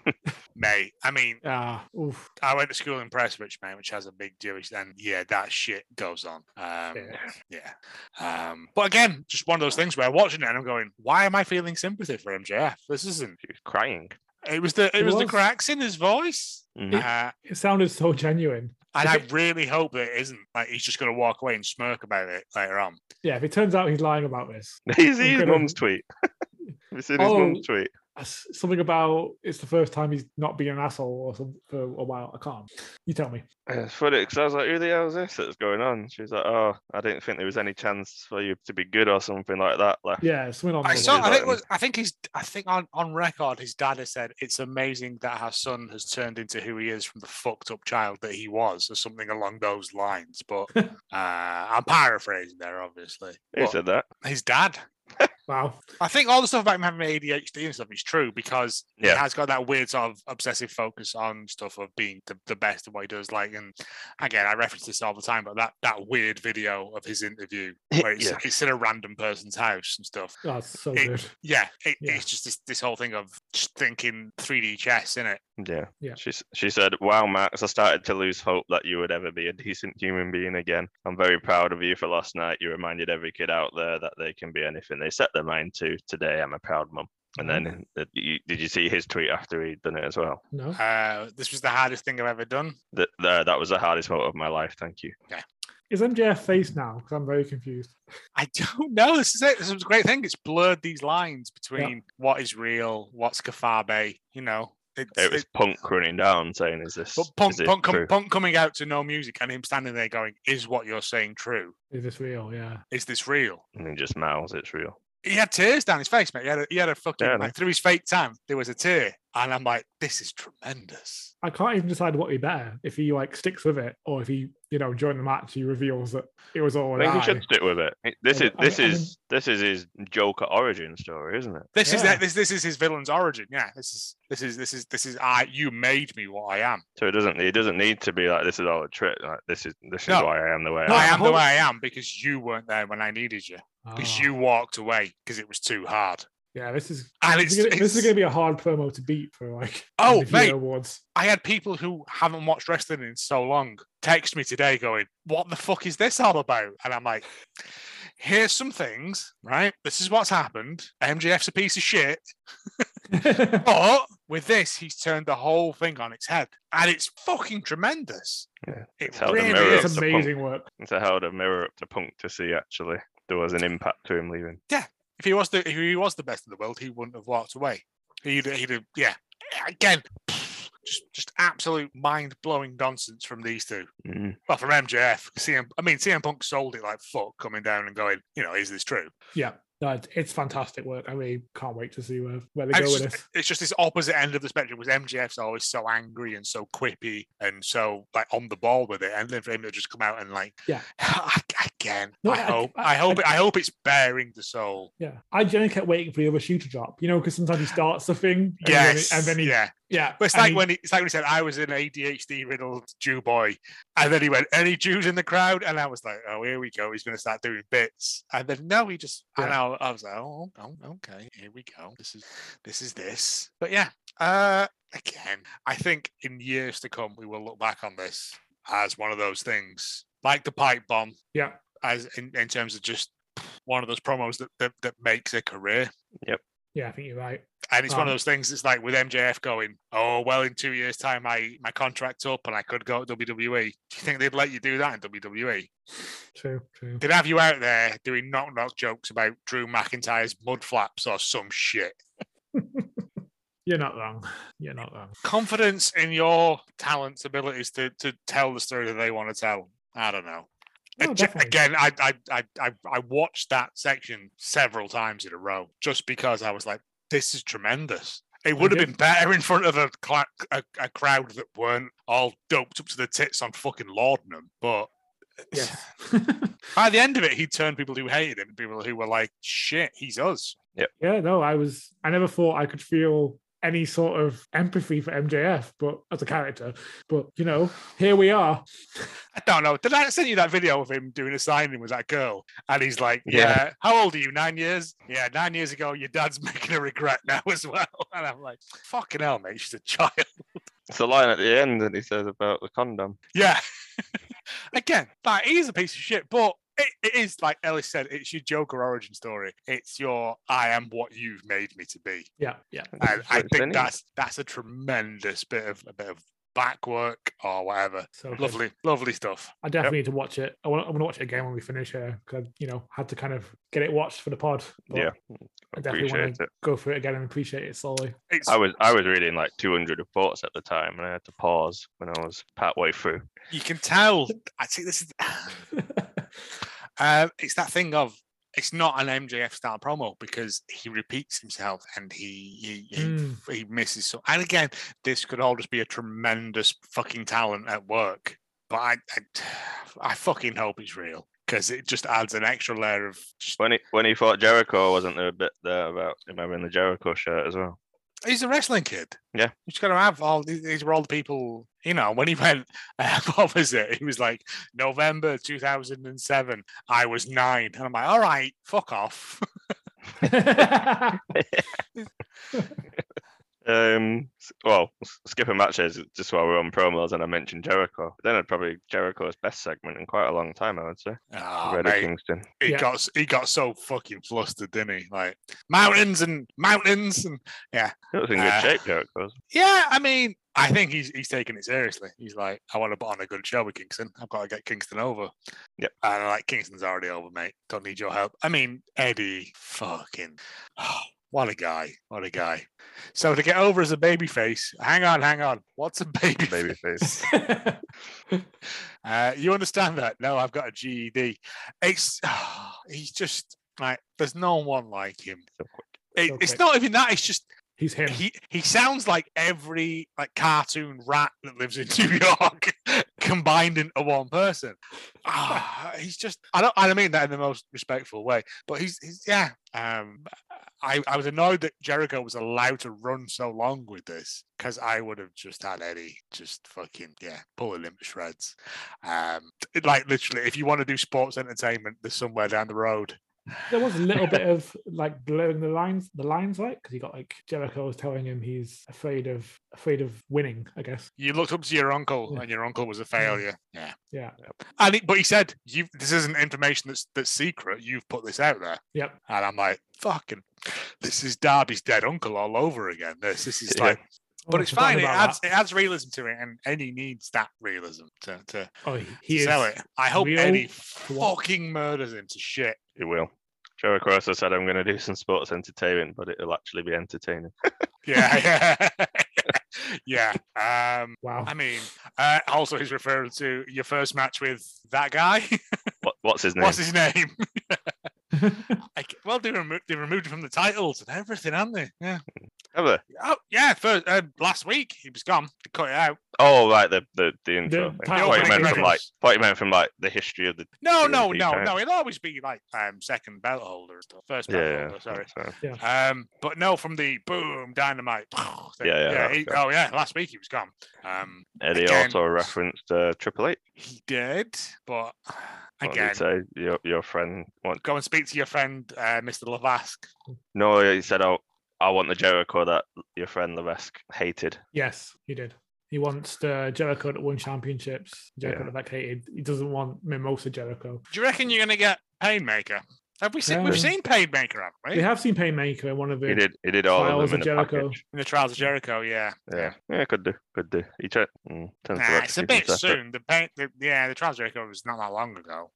Mate, I mean,
Ah, oof.
I went to school in Prestwich, man, which has a big Jewish. And yeah, that shit goes on. Um,
Yeah.
yeah. Um, but again, just one of those things where I'm watching it and I'm going, why am I feeling sympathy for MJF? This isn't.
He was crying.
It was the it,
It
was, the
was.
cracks in his voice.
Mhm.
Uh,
It sounded so genuine.
and
If
I
it-
really hope that it isn't like he's just going to walk away and smirk about it later on.
Yeah. If it turns out he's lying about this,
He's
I'm
his
gonna-
mum's tweet. Have you seen his
Oh.
mum's tweet?
that's something about it's the first time he's not been an asshole or something for a while. I can't. You tell me.
And It's funny because I was like, "Who the hell is this that's going on?" She was like, "Oh, I didn't think there was any chance for you to be good or something like that." Left.
Yeah. Something on
I
Well,
saw.
he's
I think.
like-
it Was, I think he's. I think on on record, his dad has said it's amazing that our son has turned into who he is from the fucked up child that he was, or something along those lines. But uh, I'm paraphrasing there, obviously.
Who
But
said that?
his dad.
Wow.
I think all the stuff about him having ADHD and stuff is true because
Yeah.
he has got that weird sort of obsessive focus on stuff of being the, the best at what he does. Like, and again, I reference this all the time, but that that weird video of his interview where it's,
Yeah.
it's in a random person's house and stuff.
That's so
It-
good.
Yeah, it,
Yeah.
it's just this, this whole thing of just thinking 3D chess, in it?
Yeah.
Yeah.
She s- she said, "Wow, Max, I started to lose hope that you would ever be a decent human being again. I'm very proud of you for last night. You reminded every kid out there that they can be anything they set their mind to. Today, I'm a proud mum." And then,
Mm.
uh, you, did you see his tweet after he'd done it as well?
No.
Uh, this was the hardest thing I've ever done.
That that that was the hardest moment of my life. Thank you.
Is MJF face now? Because I'm very confused.
I don't know. This is it. This is a great thing. It's blurred these lines between what is real, what's Kafabe, you know. It's,
It was Punk running down saying, "Is this?
But punk,
is this
punk, com-
true?"
punk coming out to no music and him standing there going, "Is what you're saying true?
Is this real? Yeah.
Is this real?"
And he just mouths, "It's real."
He had tears down his face, mate. He had a, he had a fucking
Yeah, I know.
like, through his fake tan. There was a tear, and I'm like, "This is tremendous."
I can't even decide what would be better if he like sticks with it or if he, you know, during the match he reveals that it was all a
I think he
lie.
should stick with it. It- This
I-
is
I-
this
I mean-
is this is his Joker origin story, isn't it?
This is
Yeah.
that. This this is his villain's origin. Yeah. This is this is this is this is I. You made me what I am.
So it doesn't it doesn't need to be like this is all a trick. Like this is this is
No.
why I am the way
No,
I
I
am.
am the
whole-
way I am because you weren't there when I needed you. Because
Ah.
you walked away because it was too hard.
Yeah, this is
And
this
it's,
is, gonna, this is
it's-
gonna be a hard promo to beat for like
Oh,
the
mate.
Video awards.
I had people who haven't watched wrestling in so long text me today going, What the fuck is this all about? And I'm like, Here's some things, right? This is what's happened. MJF's a piece of shit. But with this, he's turned the whole thing on its head. And it's fucking tremendous.
Yeah,
It
it's held a
really
mirror
is.
up
it's
to
amazing work.
So held a mirror up to Punk to see actually there was an impact to him leaving.
If he was the if he was the best in the world, he wouldn't have walked away. He'd he'd have yeah. Again, Just, just absolute mind blowing nonsense from these two.
Mm.
Well, from MJF, CM, I mean, CM Punk sold it like fuck coming down and going, you know, is this true?
Yeah, no, it's, it's fantastic work. I really can't wait to see where, where they go
And It's
with
just,
this.
it's just this opposite end of the spectrum because MJF's always so angry and so quippy and so like on the ball with it, and then for him to just come out and like,
Yeah.
again,
No,
I,
I-
hope,
I-
I, hope, I, hope it's bearing the soul.
Yeah, I generally kept waiting for the other shoe to drop, you know, because sometimes he starts the thing. And
Yes,
Then, he- and then he, yeah.
yeah. But it's
and
like
he-
when he, it's like when he said, "I was an ADHD riddled Jew boy," and then he went, "Any Jews in the crowd?" And I was like, "Oh, here we go. He's going to start doing bits." And then no, he just. And I, I was like, oh, "Oh, okay. Here we go. This is this is this." But yeah, uh, again, I think in years to come we will look back on this as one of those things, like the pipe bomb,
Yeah.
as in, in terms of just one of those promos that that, that makes a career.
Yeah, I think you're right.
And it's one
Um,
of those things. It's like with MJF going, "Oh well, in two years' time, my my contract's up and I could go to WWE." Do you think they'd let you do that in WWE?
True, true.
They'd have you out there doing knock knock jokes about Drew McIntyre's mud flaps or some shit.
You're not wrong. You're not wrong.
Confidence in your talents, abilities to to tell the story that they want to tell. I don't know.
No,
Ag-
definitely.
again, I, I I I I watched that section several times in a row just because I was like, "This is tremendous." It would have
did.
been better in front of a, cla a a crowd that weren't all doped up to the tits on fucking laudanum. But
Yes.
by the end of it, he turned people who hated him, people who were like, "Shit, he's us."
yeah, no, I was. I never thought I could feel any sort of empathy for MJF, but as a character. But you know, here we are.
I don't know. Did I send you that video of him doing a signing with that girl? And he's like,
Yeah.
yeah. how old are you? Nine years? Yeah, nine years ago, your dad's making a regret now as well. And I'm like, fucking hell, mate, she's a child.
It's the line at the end that he says about the condom.
Yeah. Again, like he's a piece of shit, but it, it is like Ellis said, it's your Joker origin story. It's your I am what you've made me to be.
Yeah, yeah.
And
That's
I
what it's been,
think
isn't it?
that's that's a tremendous bit of a bit of back work or whatever.
So good.
Lovely, lovely stuff.
I definitely need to watch it. I want. I want to watch it again when we finish here because you know had to kind of get it watched for the pod. but
Yeah,
I definitely want
appreciate
to
it.
go through it again and appreciate it slowly.
It's
I was I was reading like 200 reports at the time, and I had to pause when I was part way through.
you can tell. I think this is uh, it's that thing of it's not an MJF style promo because he repeats himself and he he, he
Mm,
he misses some. And again, this could all just be a tremendous fucking talent at work. But I, I, I fucking hope it's real because it just adds an extra layer of. Just,
When he when he fought Jericho, wasn't there a bit there about him having the Jericho shirt as well?
he's a wrestling kid.
Yeah.
you just got to have all these, these were all the people. You know, when he went, uh, what was it? He was like November two thousand and seven. I was nine, and I'm like, all right, fuck off.
Um, s- well, s- skipping matches just while we're on promos, and I mentioned Jericho. Then I'd probably Jericho's best segment in quite a long time, I would say.
Ah,
Brother
mate.
Kingston.
he
Yeah.
got s- he got so fucking flustered, didn't he? Like mountains and mountains and
It was in good
Uh,
shape, Jericho's.
Yeah, I mean, I think he's he's taking it seriously. He's like, I want to put on a good show with Kingston. I've got to get Kingston over.
Yep.
And I'm like Kingston's already over, mate. Don't need your help. I mean, Eddie, fucking, what a guy, what a guy. So to get over as a baby face, hang on, hang on. What's a baby?
Baby face.
Uh, you understand that? No, I've got a GED. It's he's just like there's no one like him.
So quick.
It,
So
It's
quick.
not even that. It's just
He's him.
he he sounds like every like cartoon rat that lives in New York combined into one person. Ah, he's just I don't I don't mean that in the most respectful way, but he's he's yeah. Um, I I was annoyed that Jericho was allowed to run so long with this because I would have just had Eddie just fucking yeah pulling him to shreds. Um, it- like literally, if you want to do sports entertainment, there's somewhere down the road.
there was a little bit of like blurring the lines, the lines, like because he got like Jericho was telling him he's afraid of afraid of winning. I guess.
You looked up to your uncle,
Yeah.
and your uncle was a failure. Yeah.
Yeah.
And he, but he said, "You, this isn't information that's that's secret. You've put this out there."
Yep.
And I'm like, "Fucking, this is Darby's dead uncle all over again." This, this is
Yeah.
like,
Oh,
but
I
it's
forgot
fine. It
about
adds
that.
it adds realism to it, and Eddie needs that realism to to
Oh, he- he is.
sell it. I hope
real
Eddie
to what-
fucking murders him to shit.
It will. Jericho also said, I'm going to do some sports entertainment, but it'll actually be entertaining.
Yeah, yeah. yeah. Um,
Wow.
I mean, uh, also he's referring to your first match with that guy.
What, what's his name?
What's his name? I c well, they, remo- they removed him from the titles and everything, haven't they? Yeah.
Have they?
Oh, yeah. First, uh, last week he was gone. They cut it out.
Oh, right, the the, the intro. thing.
title
Thought you
opening
meant from
credits.
like, thought you meant from like the history of the.
No,
Yeah,
no,
big
no,
time.
no. It'll always be like um, second belt holder and stuff. First belt
Yeah,
holder, sorry.
so-
Um, but no, from the boom dynamite. thing.
Yeah, yeah,
yeah
that
he,
was
oh, yeah. Last week he was gone. Um,
And he
Again.
Uh, also referenced uh, Triple H.
he did, but
What did he
again,
say? your your friend. What?
go and speak to your friend, uh, Mr. Lavasque.
No, he said, "Oh, I want the Jericho that your friend Levesque hated."
Yes, he did. He wants uh, Jericho to win championships. Jericho
Yeah.
to vacated. He doesn't want Mimosa Jericho.
Do you reckon you're going to get Painmaker? Have we seen? We've
Yeah.
seen Painmaker, haven't we?
They have seen Painmaker in one of
He
the.
did. He did all of
Trials
them
of
in a
Jericho.
package.
In the Trials of Jericho, yeah.
Yeah, yeah, could do, could do. He tried. Mm, tends to
Nah,
like
it's
to
a
keep 'em
bit
separate.
soon. The paint, the, yeah, the Trials of Jericho was not that long ago.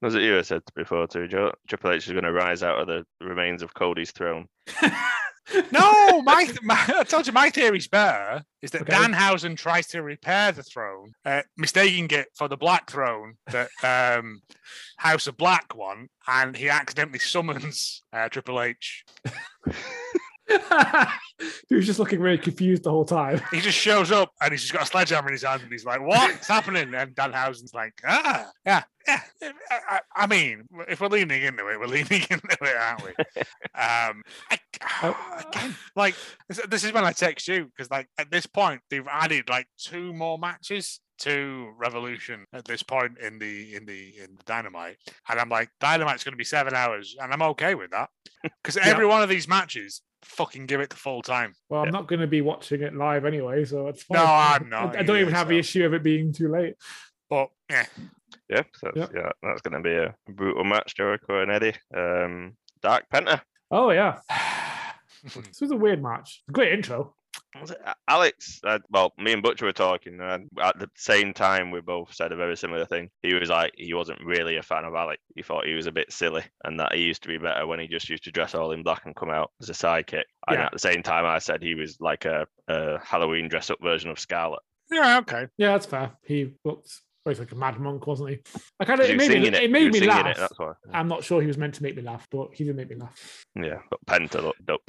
Was it you who said before too? Joe, Triple H is going to rise out of the remains of Cody's throne.
No, my, th- my I told you my theory's better is that
Okay.
Danhausen tries to repair the throne, uh, mistaking it for the Black Throne that um, House of Black won, and he accidentally summons uh, Triple H.
he was just looking really confused the whole time.
He just shows up and he's just got a sledgehammer in his hand, and he's like, "What's happening?" And Danhausen's like, "Ah, yeah, yeah." I, I, I mean, if we're leaning into it, we're leaning into it, aren't we? um, I,
Oh.
again, like this- this is when I text you because like at this point they've added like two more matches to Revolution at this point in the in the in the Dynamite, and I'm like Dynamite's going to be seven hours, and I'm okay with that because every one of these matches fucking give it the full time.
Well, I'm not going to be watching it live anyway, so it's fine.
No, I'm
I-
not
I, don't even
either,
have
so.
the issue of it being too late.
But yeah,
Yeah, so that's, yeah, that's going to be a brutal match, Jericho and Eddie. Um, Dark Penta.
Oh yeah, this was a weird match. Great intro.
Was it A- Alex? Uh, well, me and Butcher were talking, and at the same time, we both said a very similar thing. He was like, he wasn't really a fan of Alex. He thought he was a bit silly, and that he used to be better when he just used to dress all in black and come out as a sidekick. And
Yeah.
at the same time, I said he was like a, a Halloween dress up version of Scarlet.
yeah, okay.
Yeah, that's fair. He looked well, he's like a mad monk, wasn't he? I kind of
'Cause
it
he was
made me,
singing
it.
it. he
made
was
me
singing
laugh. Um,
It, that's why.
I'm not sure he was meant to make me laugh, but he did make me laugh.
Yeah, but Penta looked dope.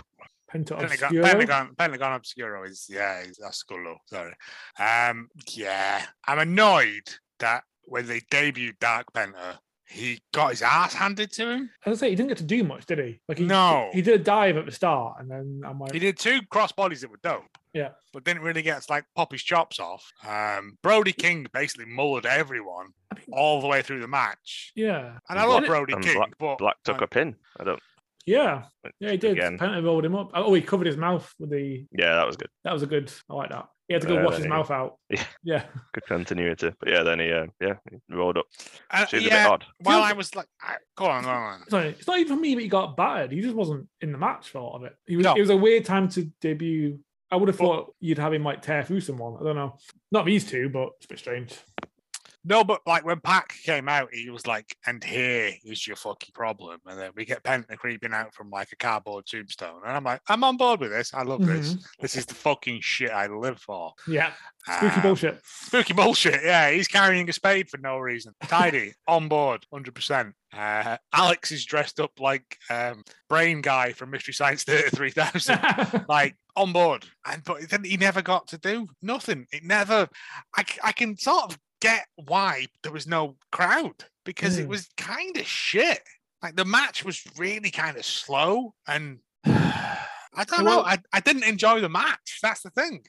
Penta
Pentagon,
Obscura.
Pentagon, Pentagon Obscuro is yeah, is Oscuro. Sorry. Um, yeah, I'm annoyed that when they debuted Dark Penta, he got his ass handed to him.
As I say, he didn't get to do much, did he? Like he,
No.
he did a dive at the start, and then I'm like,
He did two crossbodies that were dope.
Yeah.
but didn't really get like pop his chops off. Um, Brody King basically mullered everyone all the way through the match,
yeah,
and I
And
love
Black-
Brody
and
King, but
Black took a pin. I don't.
yeah, yeah, he did.
Again.
Penta rolled him up. Oh, he covered his mouth with the.
Yeah, that was good.
That was a good. I like that. He had to go
Yeah,
wash his
yeah.
mouth out.
Yeah.
yeah.
Good continuity. But yeah, then he uh, yeah he rolled up.
uh,
Seemed a bit
yeah.
odd.
While
Feels-
I was like, I, go on, go on.
Sorry, it's not even for me that he got battered. He just wasn't in the match for all of it. He was,
No.
It was a weird time to debut. I would have
But-
thought you'd have him like tear through someone. I don't know. Not these two, but it's a bit strange.
No, but like when Pac came out, he was like, and here is your fucking problem. And then we get Penta creeping out from like a cardboard tombstone. And I'm like, I'm on board with this. I love this.
Mm-hmm.
This is the fucking shit I live for.
Yeah. Spooky
Um,
bullshit.
Spooky bullshit. Yeah, he's carrying a spade for no reason. Tidy, on board, 100%. Uh, Alex is dressed up like um, Brain Guy from Mystery Science 33000 like on board. And but then he never got to do nothing. It never. I c- I can sort of get why there was no crowd because
Mm.
it was kind of shit. Like the match was really kind of slow, and I don't know.
Well-
I, I didn't enjoy the match. That's the thing.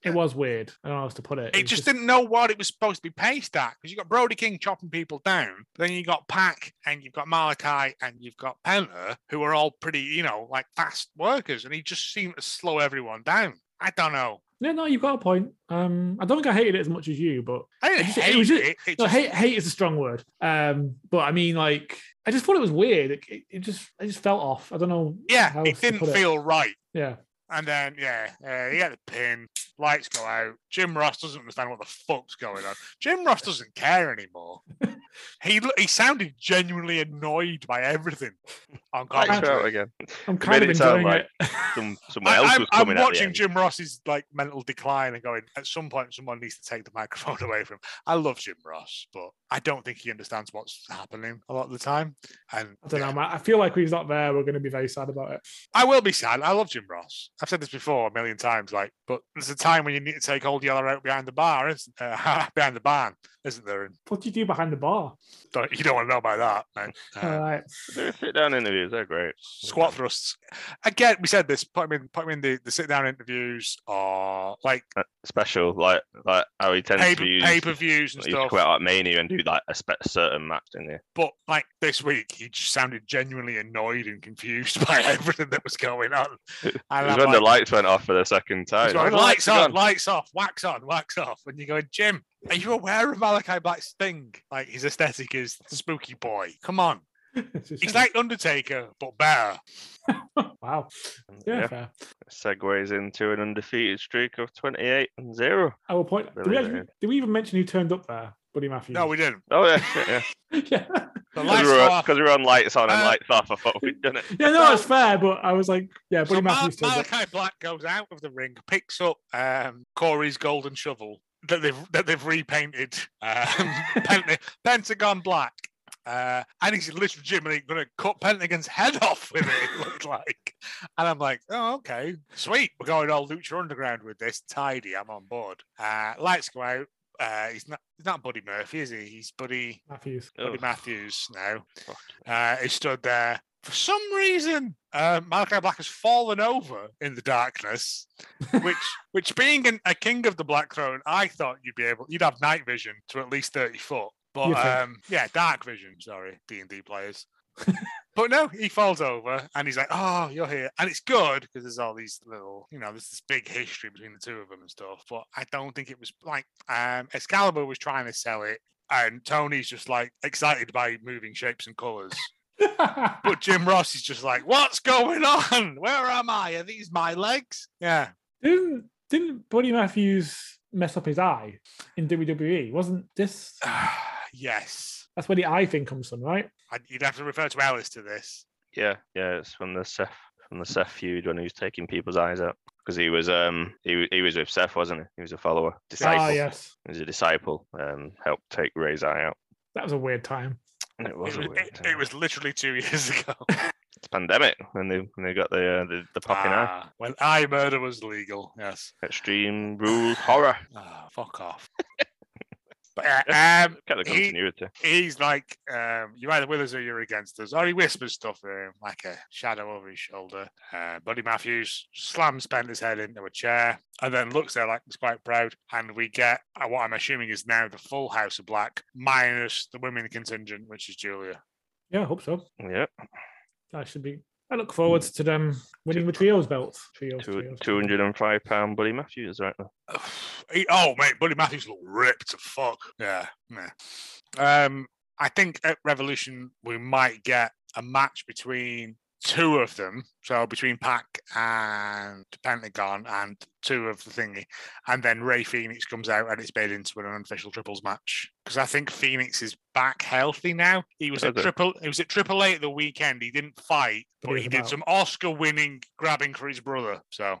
it was weird. I don't know how else to put it.
It
was
just didn't know what it was supposed to be paced at because you got Brody King chopping people down, then you got Pack and you've got Malachi and you've got Penta, who are all pretty, you know, like fast workers, and he just seemed to slow everyone down. I don't know.
No, no, you've got a point. Um, I don't think I hated it as much as you, but
I didn't
It just- it
hate it.
was just-
it
no,
just-
hate hate is a strong word. Um, but I mean, like, I just thought it was weird. It, it, it just, I just felt off. I don't know.
yeah,
how
it
else to
didn't
put it.
feel right.
Yeah,
And then yeah, uh, he had the pin. Lights go out. Jim Ross doesn't understand what the fuck's going on. Jim Ross doesn't care anymore. He lo- he sounded genuinely annoyed by everything on
Thanks
commentary.
for that again.
I'm
You
kind
made
of
it sound
enjoying
like
it.
Some, someone else
I, am
was coming at the
watching
end.
Jim Ross's like mental decline and going. At some point, someone needs to take the microphone away from him. I love Jim Ross, but I don't think he understands what's happening a lot of the time. And
I don't know, Matt. I feel like when he's not there, we're going to be very sad about it.
I will be sad. I love Jim Ross. I've said this before a million times. Like, but there's a time when you need to take old Yeller out behind the bar, isn't uh, behind the barn, isn't there? And
What do you do behind the bar?
don't, you don't want to know about that. mate. Uh,
All right.
They sit down interviews, they're great.
squat thrusts. Again, we said this. Put him in. Put him in the, the sit down interviews or like
Special, like like how he tends
pay
to use.
pay per views and
He used to
stuff.
quit out Mania and do like a spe- certain match, didn't he?
But like this week, he just sounded genuinely annoyed and confused by everything that was going on. And
It
I'm
was when the
like,
lights went off for the second time.
he's going,
Why the
lights
are
on,
gone?
lights off, wax on, wax off. And you're going, Jim, are you aware of Malachi Black's thing? Like his aesthetic is spooky boy. Come on.
It's just-
He's like Undertaker, but better.
wow. Yeah,
Yeah.
fair.
Segues into an undefeated streak of 28 and 0.
I will point. Did we,
Brilliant,
actually,
yeah.
did we even mention who turned up there? Buddy Matthews.
No, we didn't.
Oh, yeah. shit, yeah.
yeah.
The
Because we,
lights go
were-
off.
'cause we were on lights on and
Uh,
lights off. I thought we'd done it.
Yeah, no, it's fair, but I was like, yeah, Buddy
So Mal-
Matthews turned up.
Malachi Black goes out of the ring, picks up um, Corey's golden shovel that they've that they've repainted um, Pent- Pentagon Black, uh, and he's legitimately going to cut Pentagon's head off with it. It looked like, and I'm like, oh okay, sweet, we're going all Lucha Underground with this. Tidy, I'm on board. Uh, lights go out. Uh, he's not he's not Buddy Murphy, is he? He's Buddy
Matthews.
Oh,
Buddy Matthews now.
Fuck.
Uh, he stood there. For some reason, uh, Malachi Black has fallen over in the darkness, which, which being an, a king of the Black Throne, I thought you'd be able, you'd have night vision to at least thirty foot. But
You think?
um, yeah, dark vision. Sorry, D and D players. but no, he falls over and he's like, "Oh, you're here," and it's good because there's all these little, you know, there's this big history between the two of them and stuff. But I don't think it was like um, Excalibur was trying to sell it and Tony's just like excited by moving shapes and colors.
but
But Jim Ross is just like, "What's going on? Where am I? Are these my legs?" Yeah,
didn't didn't Buddy Matthews mess up his eye in WWE? Wasn't this?
yes.
That's where the eye thing comes from, right?
I, you'd have to refer to Alice to this.
Yeah, yeah, it's from the Seth from the Seth feud when he was taking people's eyes out because he was um he wa- he was with Seth, wasn't he? He was a follower,
Oh,
disciple.
Ah, yes.
He was a disciple. Um, helped take Ray's eye out.
That was a weird time.
And it was
it,
a
was,
weird
it-
time.
it was literally two years ago.
It's pandemic when they when they got the uh, the, the popping eye.
Ah, when eye murder was legal. Yes.
Extreme rules horror.
Ah, fuck off. but yeah, um,
Kept the
He-
continuity.
he's like, um, you're either with us or you're against us. Or he whispers stuff to him like a shadow over his shoulder. Uh, Buddy Matthews slams Bender's head into a chair and then looks there like he's quite proud. And we get uh, what I'm assuming is now the full House of Black minus the women contingent, which is Julia.
Yeah, I hope so.
Yeah,
That should be. I look forward to them winning the trios belt. Trios,
two
trios.
hundred and five pound Buddy Matthews right now.
He- oh, mate, Buddy Matthews looked ripped to fuck. Yeah. yeah. Um, I think at Revolution, we might get a match between two of them. So between Pac and Pentagon and two of the thingy. And then Ray Phoenix comes out and it's made into an unofficial triples match. Because I think Phoenix is back healthy now. He was at
Okay.
triple he was at triple A at the weekend. He didn't fight,
But
but
he
he
came
did
out.
some Oscar winning grabbing for his brother. So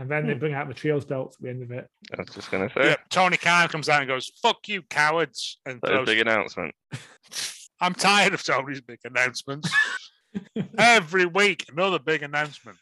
And then they
Hmm.
bring out the trios belt at the end of it.
I was just gonna say
yeah, Tony Khan comes out and goes, "Fuck you, cowards!" And
that was a
throws,
big announcement.
I'm tired of Tony's big announcements every week. Another big announcement.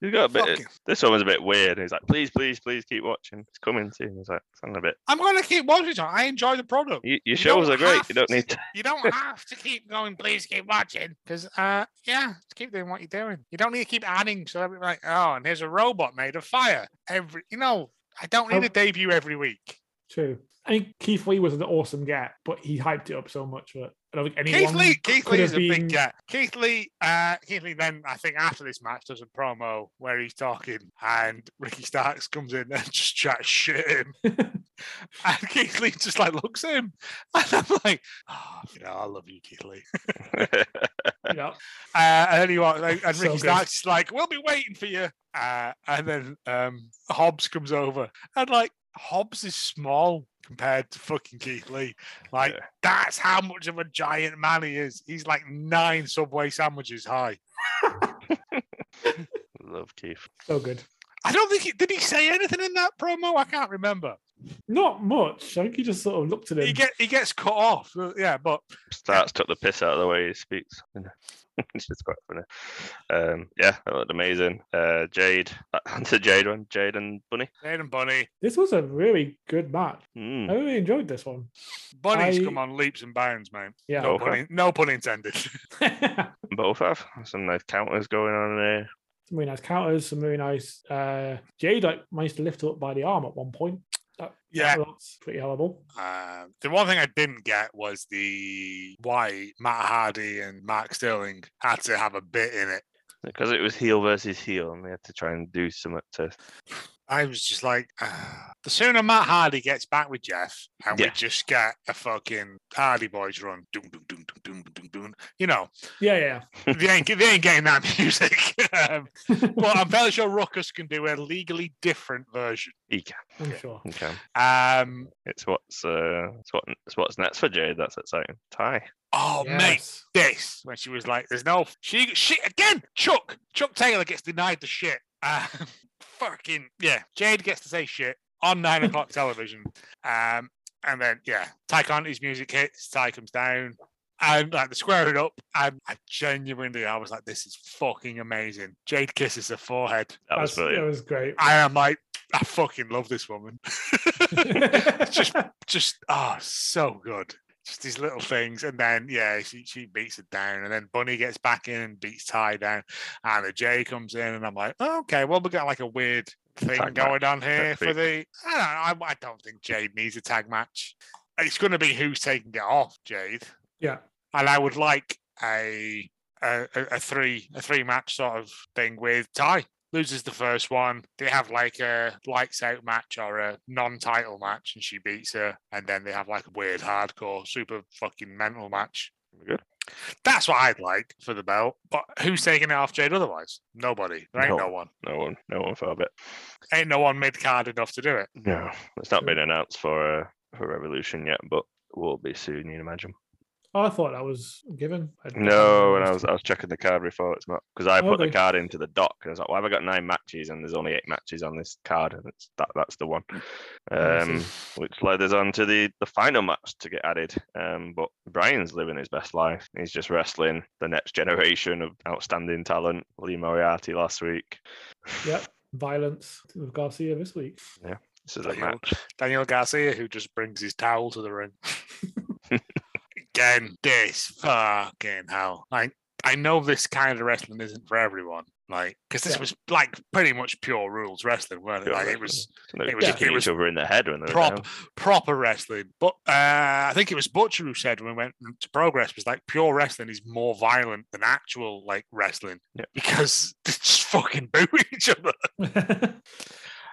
You got a bit.
Fuck you.
This one was a bit weird. He's like, please, please, please keep watching. It's coming soon. He's like, sound a bit.
I'm gonna keep watching. Tony. I enjoy the product.
You, your
You
shows
don't
are great. You
have
don't need to.
You don't have to keep going. Please keep watching, because uh, yeah, just keep doing what you're doing. You don't need to keep adding. So every- like, oh, and here's a robot made of fire. Every, you know, I don't need
Oh.
a debut every week.
True. I think Keith Lee was an awesome get, but he hyped it up so much that I don't think anyone.
Keith Lee, Keith
could
Lee
have
is a
been-
big get. Keith Lee, uh, Keith Lee. Then I think after this match does a promo where he's talking, and Ricky Starks comes in and just chats shit at him, and Keith Lee just like looks at him, and I'm like, oh, you know, I love you, Keith Lee.
you know,
Uh, and then he walks, and Ricky
So good.
Starks is like, we'll be waiting for you. Uh, and then um, Hobbs comes over and like Hobbs is small compared to fucking Keith Lee. Like
Yeah.
that's how much of a giant man he is. He's like nine Subway sandwiches high.
Love Keith.
So good.
I don't think he did. He say anything in that promo. I can't remember.
Not much. I think he just sort of looked at him.
He get he gets cut off. Uh, Yeah, but
Starts took the piss out of the way he speaks. you know. it's just quite funny. Um, yeah, that looked amazing. Uh, Jade, onto Jade one. Jade and Bunny.
Jade and Bunny,
this was a really good match. I
Mm.
really enjoyed this one.
Bunny's
I-
come on leaps and bounds, man.
Yeah.
No.
No pun, in- no pun intended.
some
Both have some nice counters going on there.
really nice counters, some really nice uh Jade like managed to lift her up by the arm at one point. That,
Yeah.
that's pretty horrible.
Uh, the one thing I didn't get was the why Matt Hardy and Mark Sterling had to have a bit in it.
Because it was heel versus heel, and they had to try and do something to.
I was just like, "Ah." the sooner Matt Hardy gets back with Jeff, and we
Yeah.
just get a fucking Hardy Boys run, doom, doom, doom, doom, doom, doom, doom. You know,
Yeah, yeah.
they ain't they ain't getting that music. um, but I'm fairly sure Ruckus can do a legally different version.
He can,
I'm sure.
he can.
Um,
It's what's uh, it's what it's what's next for Jade. That's exciting. Ty.
oh mate,
Yes.
this when she was like, "There's no she she again." Chuck Chuck Taylor gets denied the shit. Um, fucking yeah, Jade gets to say shit on nine o'clock television. Um, and then yeah, Ty Conti's music hits. Ty comes down. And like the squaring up, and I genuinely, I was like, "This is fucking amazing." Jade kisses her forehead.
That was
That's- That
brilliant.
was great.
I am like, "I fucking love this woman." just just ah so good just these little things and then yeah she, she beats it down and then bunny gets back in and beats ty down and the jay comes in and i'm like "Oh, okay well we got like a weird thing
Tag match
going on here for
week.
the i don't know, I, I don't think jade needs a tag match it's going to be who's taking it off jade
yeah.
and i would like a a, a a three a three match sort of thing with ty loses the first one they have like a lights out match or a non-title match and she beats her and then they have like a weird hardcore super fucking mental match
Good.
that's what i'd like for the belt but who's taking it off jade otherwise nobody there ain't no,
No.
one
No one, no one for a bit.
ain't no one mid-card enough to do it
No, it's not been announced for uh, for Revolution yet, but will be soon. You'd imagine.
Oh, I thought that was given. I-
No, and I was I was checking the card before it's not because I put the
Oh, Okay.
card into the doc and I was like, why have I got nine matches and there's only eight matches on this card and it's that that's the one.
I see.
Um, which led us on to the the final match to get added. Um, but Brian's living his best life. He's just wrestling the next generation of outstanding talent. Lee Moriarty last week. um,
Yep. Violence with Garcia this week.
This is a
Daniel,
match.
Daniel Garcia, who just brings his towel to the ring. Again, this fucking hell. Like, I know this kind of wrestling isn't for everyone. Like, because this
Yeah.
was like pretty much pure rules wrestling, weren't it?
Pure
Like,
wrestling.
it was
They
it
were
was-
kicking
it
each
was
other in the head when they were
prop-
down.
proper wrestling. But uh, I think it was Butcher who said when we went to Progress was like pure wrestling is more violent than actual like wrestling
Yeah.
because they just fucking boo each other.
yeah.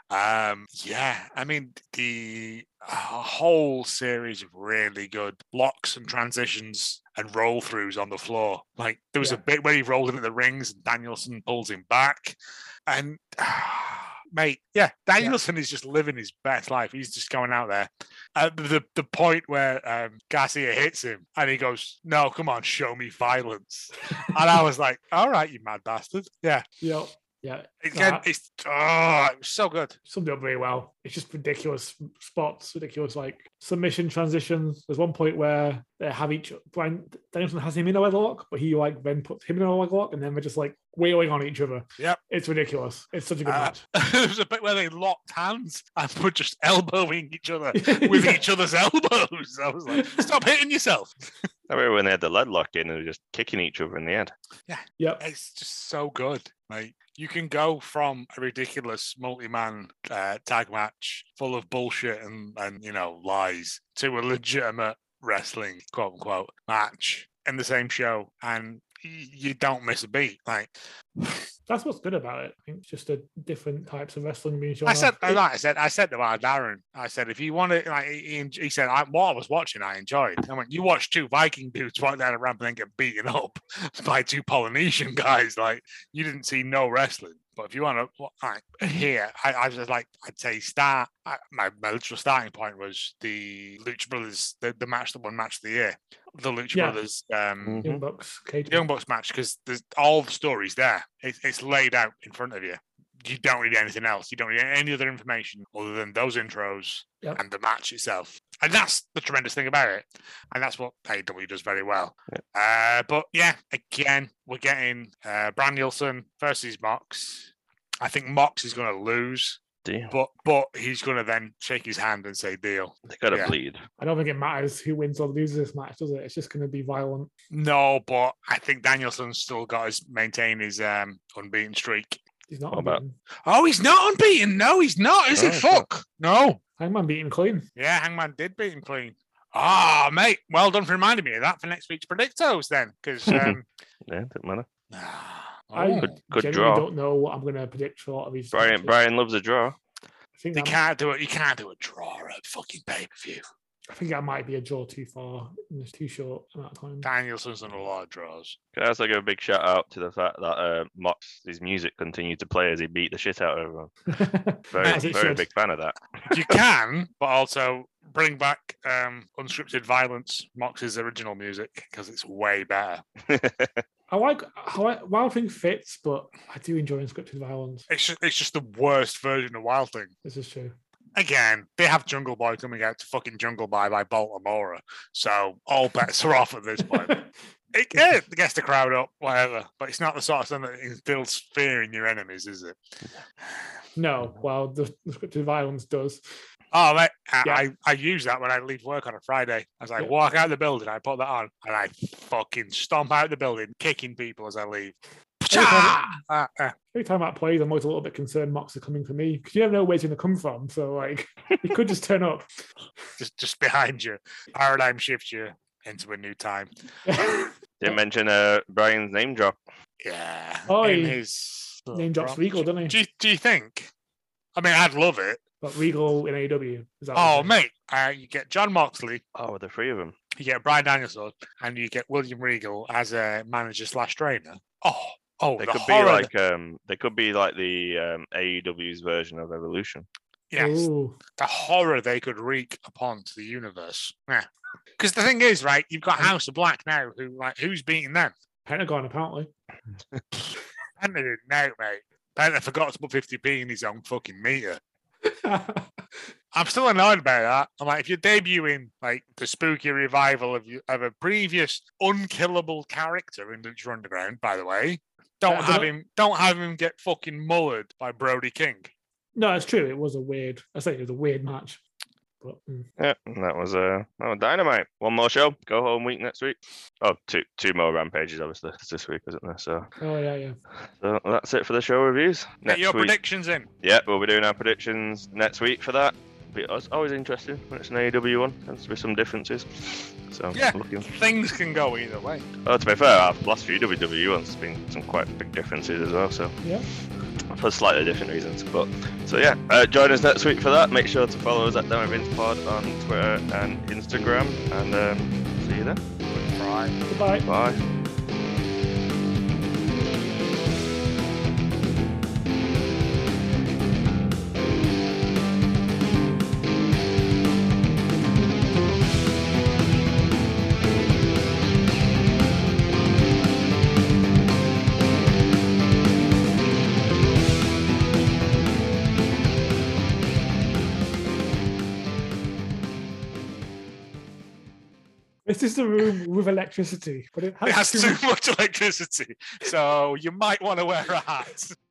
Um, yeah, I mean the a whole series of really good blocks and transitions and roll throughs on the floor. Like there was a
Yeah.
bit where he rolled into the rings and Danielson pulls him back, and mate, yeah, Danielson is just living his best life. He's just going out there. At the the point where um, Garcia hits him and he goes, "No, come on, show me violence," and I was like, "All right, you mad bastard." Yeah,
Yeah.
again,
That-
it's oh, it was so good.
summed it up very well. It's just ridiculous spots, ridiculous like submission transitions. There's one point where they have each Brian Danielson has him in a wedlock, but he like then puts him in a wedlock, and then they're just like wailing on each other.
Yep.
it's ridiculous. It's such a good
Uh,
match.
there was a bit where they locked hands and were just elbowing each other with
Yeah.
each other's elbows. I was like, stop hitting yourself.
I remember when they had the lead lock in and they were just kicking each other in the head.
Yep.
It's just so good. Like you can go from a ridiculous multi-man uh, tag match full of bullshit and and you know lies to a legitimate wrestling quote unquote match in the same show, and y- you don't miss a beat. Like
That's what's good about it. I think it's just the different types of wrestling being shown.
I said,
off.
I, like I said, I said to our Darren, I said, if you want to, like, he, he en- he said, I, what I was watching, I enjoyed. I went, you watch two Viking dudes walk down a ramp and then get beaten up by two Polynesian guys. Like, you didn't see no wrestling. But if you want to like, here, I, I was like, I'd say start. I, my, my literal starting point was the Lucha Brothers, the, the match that won match of the year, the Lucha
Yeah.
Brothers, um,
Mm-hmm.
Young Bucks, Cage.
Young Bucks match, because there's all the stories there. It's it's laid out in front of you. You don't need anything else. You don't need any other information other than those intros
Yep.
and the match itself. And that's the tremendous thing about it. And that's what AEW does very well. Uh, but yeah, again, we're getting uh, Bran Nielsen versus Mox. I think Mox is going to lose,
Damn,
but but he's going to then shake his hand and say deal.
they gotta
Yeah.
bleed.
I don't think it matters who wins or loses this match, does it? It's just going to be violent.
No, but I think Danielson's still got his maintain his um, unbeaten streak.
He's not
What about-
unbeaten.
Oh, he's not unbeaten. No, he's not, is
No,
he?
he's not.
Fuck. No.
Hangman beat him clean.
Oh, Yeah, Hangman did beat him clean. Ah, mate. Well done for reminding me of that for next week's predictos then, because um,
Yeah, doesn't matter.
I-
oh,
Good
Genuinely
draw.
don't know what I'm going to predict for a lot of these.
Brian
matches.
Brian loves a draw.
I think,
you
I'm-
can't do it. You can't do a draw at fucking pay per view.
I think I might be a draw too far in this too short amount of time.
Danielson's done a lot of draws.
Can I also give a big shout out to the fact that uh, Mox, his music continued to play as he beat the shit out of everyone. Very,
As it
very
should.
big fan of that.
You can, but also bring back um, unscripted violence, Mox's original music, because it's way better.
I like how I, Wild Thing fits, but I do enjoy unscripted violence.
It's just, it's just the worst version of Wild Thing.
This is true.
Again, they have Jungle Boy coming out to fucking Jungle Boy by Baltimore, so all bets are off at this point. It, yeah, it gets the crowd up, whatever, but it's not the sort of thing that instills fear in your enemies, is it?
no, well, the unscripted violence does.
Oh, mate, I,
Yeah.
I, I use that when I leave work on a Friday. As I
Yeah.
walk out the building, I put that on and I fucking stomp out the building, kicking people as I leave.
time-
Ah, ah.
Every time that plays, I'm always a little bit concerned Mox are coming for me because you never know where he's going to come from. So, like, he could just turn up.
just, just behind you, paradigm shifts you into a new time.
Didn't mention uh, Brian's name drop.
Yeah.
Oh,
in
he-
his
Name drops Regal, doesn't
Do
he?
you, do you think? I mean, I'd love it.
But Regal in AW. Is that what you're
Oh,
saying?
mate, uh, you get John Moxley,
Oh, the three of them.
you get Brian Danielson, and you get William Regal as a manager slash trainer. Oh, oh,
They
the
could
horror
be
that-
like um, they could be like the um, AEW's version of Evolution.
yes,
Ooh.
the horror they could wreak upon to the universe. Yeah. Because the thing is, right, you've got House of Black now, who like who's beating them?
Pentagon, apparently.
Penta didn't know, mate. Penta forgot to put 50p in his own fucking meter. I'm still annoyed about that. I'm like, if you're debuting like the spooky revival of you, of a previous unkillable character in Lucha Underground, by the way, don't
Uh,
have
but-
him don't have him get fucking mullered by Brody King.
no, it's true. It was a weird, I say it was a weird match. But mm,
Yeah, and that was uh, that was dynamite. One more show. Go home week next week. Oh, two two more rampages obviously 'cause this week, isn't there? So,
oh, yeah, yeah.
so that's it for the show reviews.
Get
Next
your
week,
predictions in.
yeah, we'll be doing our predictions next week for that. Be it's always interesting when it's an AEW one. Tends to be some differences. So
Yeah.
looking.
Things can go either way.
Well, to be fair, our last few WWE ones has been some quite big differences as well. So
Yeah.
for slightly different reasons. But so yeah, uh, join us next week for that. Make sure to follow us at Demo Vince Pod on Twitter and Instagram, and um, see you then.
Right.
Goodbye.
Bye.
This is the room with electricity, but it has,
It has
too
too
much-
much electricity. So you might want to wear a hat.